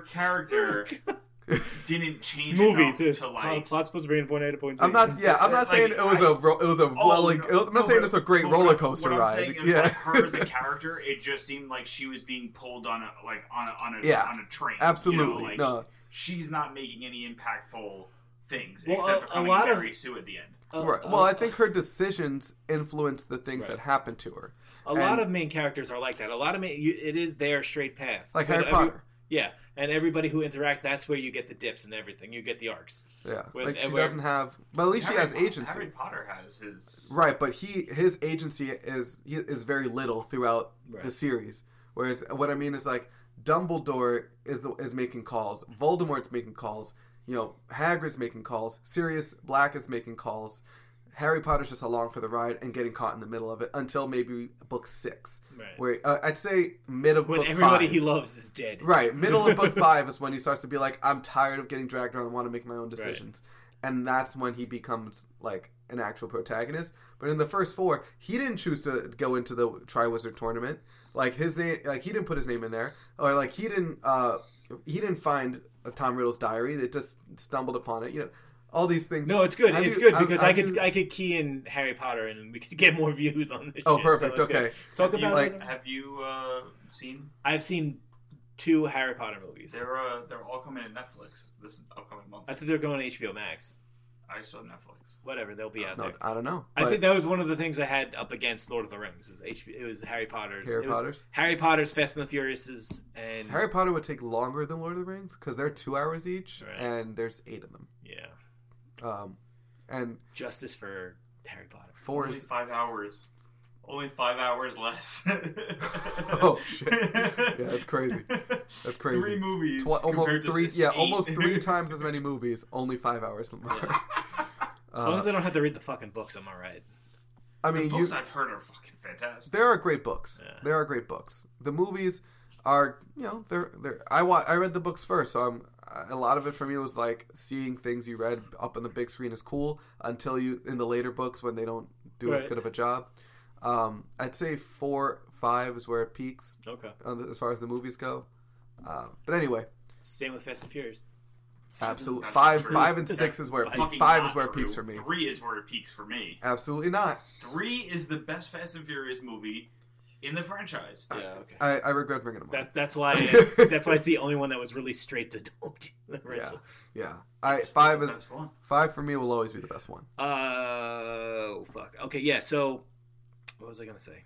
character didn't change
Oh Movies.
enough
yeah.
to like
Plot's supposed to bring in point A to point Z.
I'm not. Yeah, I'm not
Like, Oh,
saying it was a. ro- It was a rolling.
no,
I'm not
no,
saying
but-
it's a great
but
roller
what-
coaster
what I'm
ride.
saying is,
yeah,
like, her as a character, it just seemed like she was being pulled on a like on a on a,
Yeah.
on a train. you know,
absolutely.
like,
no,
she's not making any impactful things
Well, a-
except
a
becoming
lot of-
Mary Sue at the end.
a-
right.
a-
well,
uh,
I think her decisions influence the things
Right.
that happen to her.
a lot
and-
of main characters are like that. A lot of main, you, it is their straight path,
Like
But
Harry
every-
Potter.
Yeah, and everybody who interacts, that's where you get the dips and everything. You get the arcs.
Yeah.
With-
like she
and where-
doesn't have but at least she
Harry
has
Po-
agency.
Harry Potter has his.
Right, but he his agency is he is very little throughout the
Right.
series. Whereas what I mean is like Dumbledore is the, is making calls, Voldemort's making calls, you know, Hagrid's making calls, Sirius Black is making calls. Harry Potter's just along for the ride and getting caught in the middle of it until maybe book six,
Right.
where uh, I'd say mid of
When
book
everybody
five.
he loves is dead.
Right, middle of book five is when he starts to be like, I'm tired of getting dragged around. I want to make my own decisions, and that's when he becomes like an actual protagonist. But in the first four, he didn't choose to go into the Triwizard Tournament. Like his name, like he didn't put his name in there, or like he didn't, uh, he didn't find Tom Riddle's diary. They just stumbled upon it. You know, all these things.
No, it's good.
Have
it's
you-
good
have-
because I
have
could
you-
I could key in Harry Potter and we could get more views on this.
Oh,
shit, so
perfect.
that's good.
okay.
Talk
have
about
you,
like-
it.
Have you uh, seen?
I've seen two Harry Potter movies.
They're uh, they're all coming to Netflix this upcoming month.
I think they're going HBO Max.
I saw Netflix.
Whatever, they'll be out
Oh, No,
there.
I don't know.
I
But
think that was one of the things I had up against Lord of the Rings. It was HBO, it was Harry Potter's.
Harry
it was
Potter's?
Harry Potter's, Fast and the Furiouses, and
Harry Potter would take longer than Lord of the Rings because they're two hours each,
Right.
and there's eight of them.
yeah,
Um, and
Justice for Harry Potter.
four
Only
is
five hours. Only five hours less.
Oh, shit. Yeah, that's crazy. That's crazy.
Three movies.
Twi-
compared
almost
to
three,
six-
yeah,
eight.
almost three times as many movies, only five hours more.
As long
Uh,
as I don't have to read the fucking books, I'm all right.
I
The
mean, you,
books I've heard are fucking fantastic.
there are great books.
Yeah.
There are great books. The movies are, you know, they're they're. I wa- I read the books first, so I'm. A lot of it for me was like seeing things you read up on the big screen is cool until you in the later books when they don't do as
Right.
good of a job. Um, I'd say four, five is where it peaks
Okay.
uh, as far as the movies go. Uh, but anyway,
Same with Fast and Furious.
Absolutely.
That's
Five,
not true.
five, and six is where it
Fucking
peaks. Five
not
is where it
true.
peaks for me.
Three is where it peaks for me.
Absolutely not.
Three is the best Fast and Furious movie in the franchise.
Yeah. Okay.
I, I regret bringing them up.
That, that's why. that's why it's the only one that was really straight to Don't.
Yeah, yeah. I five is
That's one.
five for me will always be the best one.
Oh fuck. Okay. Yeah. So, what was I gonna say?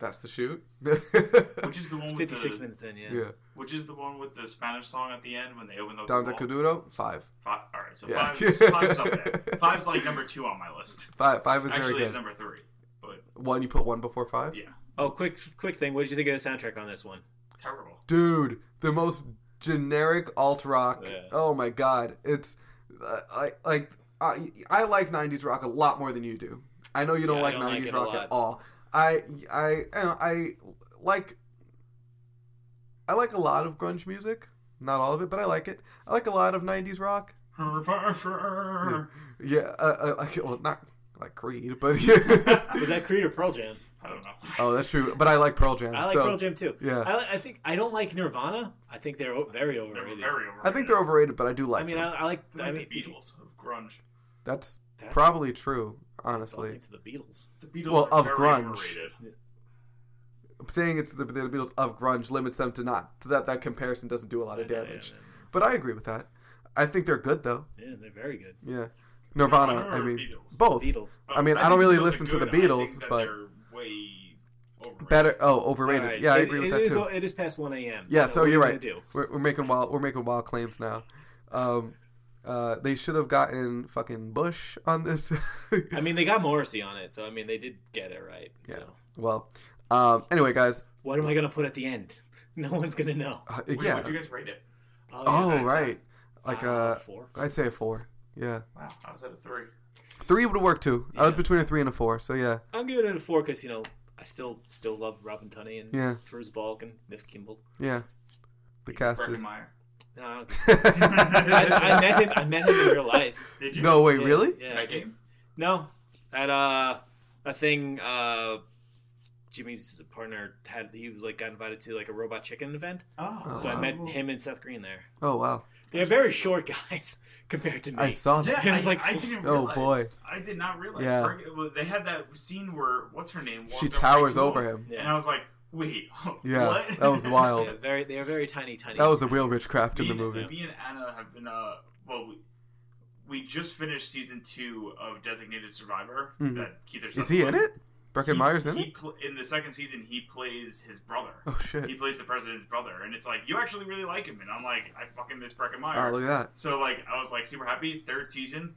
That's the shoot.
Which is the one
It's
with
Fifty-six
the,
minutes in. Yeah.
yeah,
Which is the one with the Spanish song at the end when they open the
Danza
wall?
Caduto five.
Five, all right, so
Yeah.
five's, five's up there. Five's like number two on my list.
Five, five is very
Actually, it's
good.
number three, but
One you put one before five.
yeah,
Oh, quick, quick thing. What did you think of the soundtrack on this one?
terrible.
Dude, the most generic alt rock.
Yeah.
Oh my god, it's uh, I like I I like '90s rock a lot more than you do. I know you don't
Yeah, I
like
don't like
'90s
it a
rock
lot.
at all. I I you know, I like I like a lot of grunge music. Not all of it, but I like it. I like a lot of '90s rock.
I
Yeah, uh, uh, like- well, not like Creed, but yeah.
Was that Creed or Pearl Jam?
don't know.
oh, that's true. But I like Pearl Jam.
I like
so
Pearl Jam too.
yeah.
I, li- I think I don't like Nirvana. I think they're o- very
They're
overrated.
very
I think
overrated.
they're overrated, but I do like.
I mean,
them.
I, I like.
They're
I
like
mean,
the Beatles of grunge.
that's
that's
probably true.
something
Honestly,
to the Beatles.
The Beatles
Well,
are
of
very
grunge.
overrated.
saying it's the, the Beatles of grunge limits them to not so that that comparison doesn't do a lot of damage. But I agree with that. I think they're good though.
Yeah, they're very good.
Yeah, Nirvana.
Nirvana
I
or
mean,
Beatles?
both.
Beatles.
I mean, I don't
think
really
Beatles are
listen to the
good. I think
Beatles,
that
but-
they're way overrated.
Better. Oh, overrated.
All right,
Yeah, I
it-
agree with
it
that
is-
too.
It is past one a.m.
Yeah, so
what are
you're
we
right.
gonna do?
We're, we're making wild. We're making wild claims now. Um, uh, they should have gotten fucking Bush on this.
I mean, they got Morrissey on it, so I mean, they did get it right. So
well, um, anyway, guys.
what am I gonna put at the end? No one's gonna know.
Uh,
What,
yeah.
Would you guys rate it?
yeah,
Oh
that's-
right. Like
Wow,
uh,
four.
I'd say a four. Yeah,
Wow, I was at a three.
three would work too. I was
Yeah.
between a three and a four. So yeah,
I'm giving it a four because you know I still still love Robin Tunney and
Yeah.
Bruce Balk and Biff Kimball.
yeah. The cast
Breckin
is.
Meyer.
No, I don't- I, I met him. I met him in real life.
Did you?
no, wait,
Yeah,
really?
Yeah.
That game?
No, at uh, a thing uh, Jimmy's partner had. He was like got invited to like a robot chicken event,
Oh,
so I
wow.
met him and Seth Green there.
Oh wow!
They're very short guys compared to me.
I saw that.
Yeah,
It
I,
was like-
I didn't
Oh,
realize.
boy.
I did not realize.
Yeah.
Breckin- well, They had that scene where what's her name?
She
walked up
towers
right to
over him.
and I was like, wait,
Yeah,
what?
that was
Yeah,
wild.
very. They're very tiny, tiny.
That was the real Rich Craft in the
Me and-
movie.
Me and Anna have been, uh, well, we, we just finished season two of Designated Survivor.
Mhm.
That Keith
Is he in it? Breckin Meyer's in
he
it?
pl- in the second season, he plays his brother.
Oh shit!
He plays the president's brother, and it's like you actually really like him, and I'm like, I fucking miss Breckin
Oh
Meyer.
look at that.
so like, I was like super happy. Third season,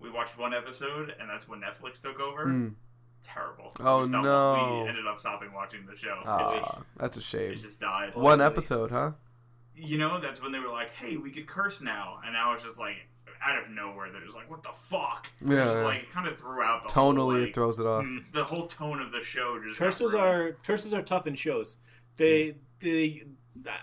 we watched one episode, and that's when Netflix took over.
Mm.
Terrible.
Oh,
we stopped-
no.
We ended up stopping watching the show.
Ah,
least-
that's a
It
shame.
just died.
Well-
One
Holy.
episode, huh?
You know, that's when they were like, "Hey, we could curse now," and I was just like, out of nowhere, they're just like, "What the fuck?" It
Yeah,
just
yeah.
like kind of threw out the whole,
Tonally,
like,
it throws it off.
mm, the whole tone of the show. Just got
curses
ruined.
are curses are tough in shows. They they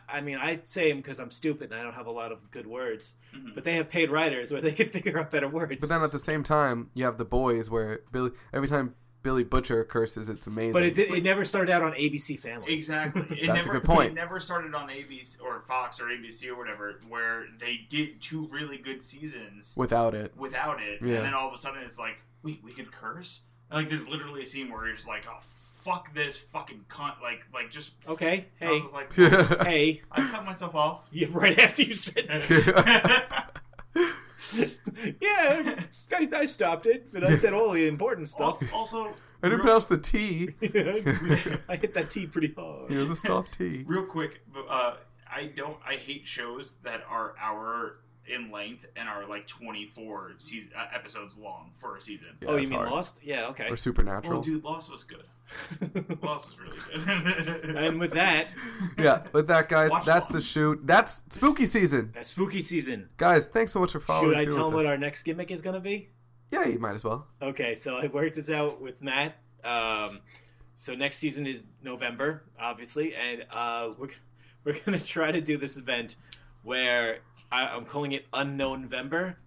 I mean I say them because I'm stupid and I don't have a lot of good words.
Mhm.
But they have paid writers where they could figure out better words.
But then at the same time, you have the boys where Billy. Every time Billy Butcher curses, it's amazing.
But it did, it never started out on ABC Family.
Exactly. It
That's a
never,
good point.
It never started on ABC or Fox or ABC or whatever, where they did two really good seasons
without it.
without it,
Yeah.
and then all of a sudden it's like, wait, we can curse? And, like, there's literally a scene where you're just like, oh, fuck this fucking cunt. Like, like just.
Okay.
I was
Oh, Hey.
just like,
Hey.
I cut myself off.
Yeah, right after you said that.
I'll,
yeah, I, I stopped it, but I said all the important stuff.
also,
I didn't
real,
pronounce the T.
I hit that T pretty hard.
It was a soft T.
real quick, but, uh, I don't. I hate shows that are hour in length and are like 24 season, uh, episodes long for a season.
Yeah,
oh, you
it's
mean
hard.
Lost? Yeah, okay.
Or Supernatural.
Oh, dude, Lost was good. Lost was really good.
and with that,
yeah, but that guys,
Watch
that's
Lost.
the shoot. That's spooky season,
that's spooky season.
guys. Thanks so much for following
Should I
through
tell
with
them what
this.
our next gimmick is going to be?
Yeah, you might as well.
Okay, so I worked this out with Matt. Um, so next season is November, obviously, and uh, we're we're gonna try to do this event where I, I'm calling it Unknown November.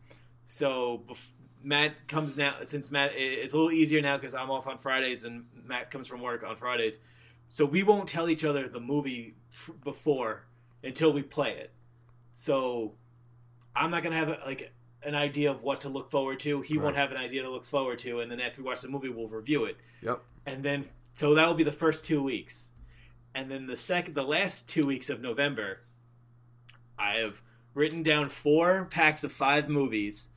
So bef- Matt comes now since Matt i- it's a little easier now because I'm off on Fridays and Matt comes from work on Fridays. So we won't tell each other the movie pr- before until we play it. So I'm not gonna have like an idea of what to look forward to. He won't
Right.
have an idea to look forward to, and then after we watch the movie, we'll review it.
Yep.
And then so that will be the first two weeks, and then the second, the last two weeks of November, I have written down four packs of five movies,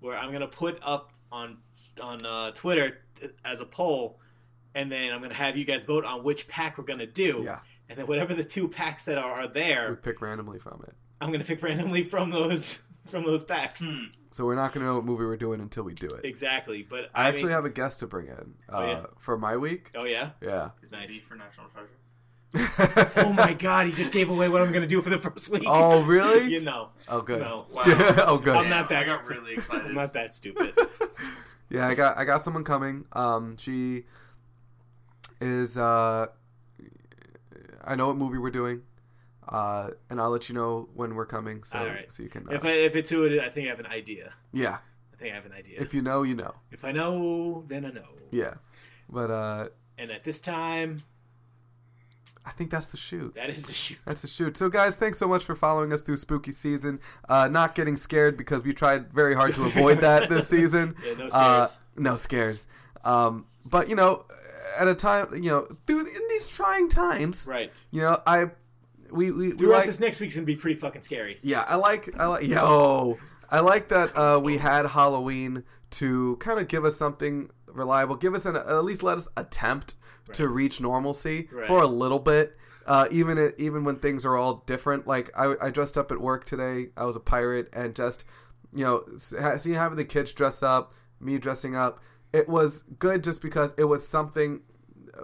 where I'm gonna put up on on uh, Twitter t- as a poll, and then I'm gonna have you guys vote on which pack we're gonna do.
Yeah,
And then whatever the two packs that are, are
we
there,
pick randomly from it,
I'm gonna pick randomly from those from those packs.
Hmm.
so we're not gonna know what movie we're doing until we do it.
Exactly. But
I
I,
actually
mean-
have a guest to bring in uh,
Oh, yeah?
for my week.
Oh yeah.
Yeah.
Is
Nice.
it B for National Treasure?
Oh my god, he just gave away what I'm gonna do for the first week.
Oh, really?
you know,
Oh good.
no,
Wow.
oh good.
I'm not
Damn,
that.
I got really excited.
I'm not that stupid.
yeah, I got I got someone coming. Um, she is. Uh, I know what movie we're doing, uh, and I'll let you know when we're coming, so
All right.
so you can. Uh,
if I if it's who it is, I think I have an idea.
yeah,
I think I have an idea. If,
if you know, you know.
I know, then I know.
Yeah, but uh,
And at this time,
I think that's the shoot.
that is the shoot.
That's a shoot. So, guys, thanks so much for following us through spooky season. Uh, not getting scared because we tried very hard to avoid that this season.
Yeah, no
Uh,
scares.
no scares. Um, but you know, at a time, you know, through in these trying times,
Right.
You know, I we we, we
Throughout
like
this next week's gonna be pretty fucking scary.
yeah, I like I like yo. I like that uh, we had Halloween to kind of give us something reliable, give us an at least let us attempt to reach normalcy
Right.
for a little bit. Uh, even it, even when things are all different, like I, I dressed up at work today. I was a pirate, and just you know, s- ha- seeing having the kids dress up, me dressing up, it was good just because it was something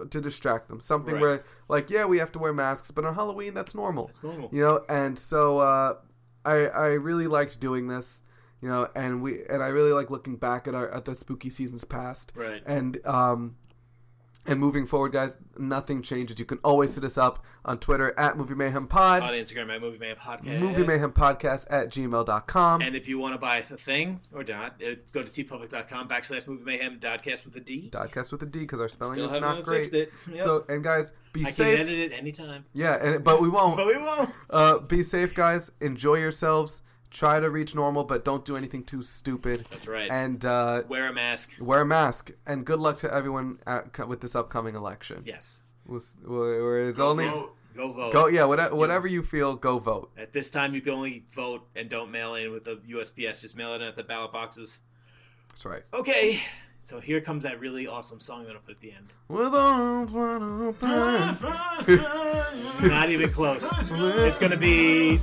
to distract them. Something
Right.
where like yeah, we have to wear masks, but on Halloween that's normal
It's normal.
you know and so uh, I I really liked doing this you know and we and I really like looking back at our at the spooky seasons past
Right.
and um and moving forward guys nothing changes you can always hit us up on Twitter at movie mayhem
On
pod
Instagram at Movie Mayhem Podcast.
movie mayhem podcast at gmail.com
And if you want to buy the thing or not, it, go to tpublic.com backslash movie mayhem dotcast with a D.
podcast with a D because our spelling
Still
is
haven't
not
fixed
great
it. Yep.
so and guys be
I can
safe
edit it anytime.
yeah and but we won't
But we won't.
uh, be safe guys enjoy yourselves try to reach normal but don't do anything too stupid
That's right.
and uh,
Wear a mask.
wear a mask and good luck to everyone at, with this upcoming election
Yes.
We'll s- where- where it's only
Vote.
Go vote.
Go yeah, whatever, whatever you feel, go vote.
At this time, you can only vote and don't mail in with the USPS. Just mail it in at the ballot boxes.
That's right.
Okay, so here comes that really awesome song that I'll put at the end.
With arms wide open.
Not even close. It's gonna be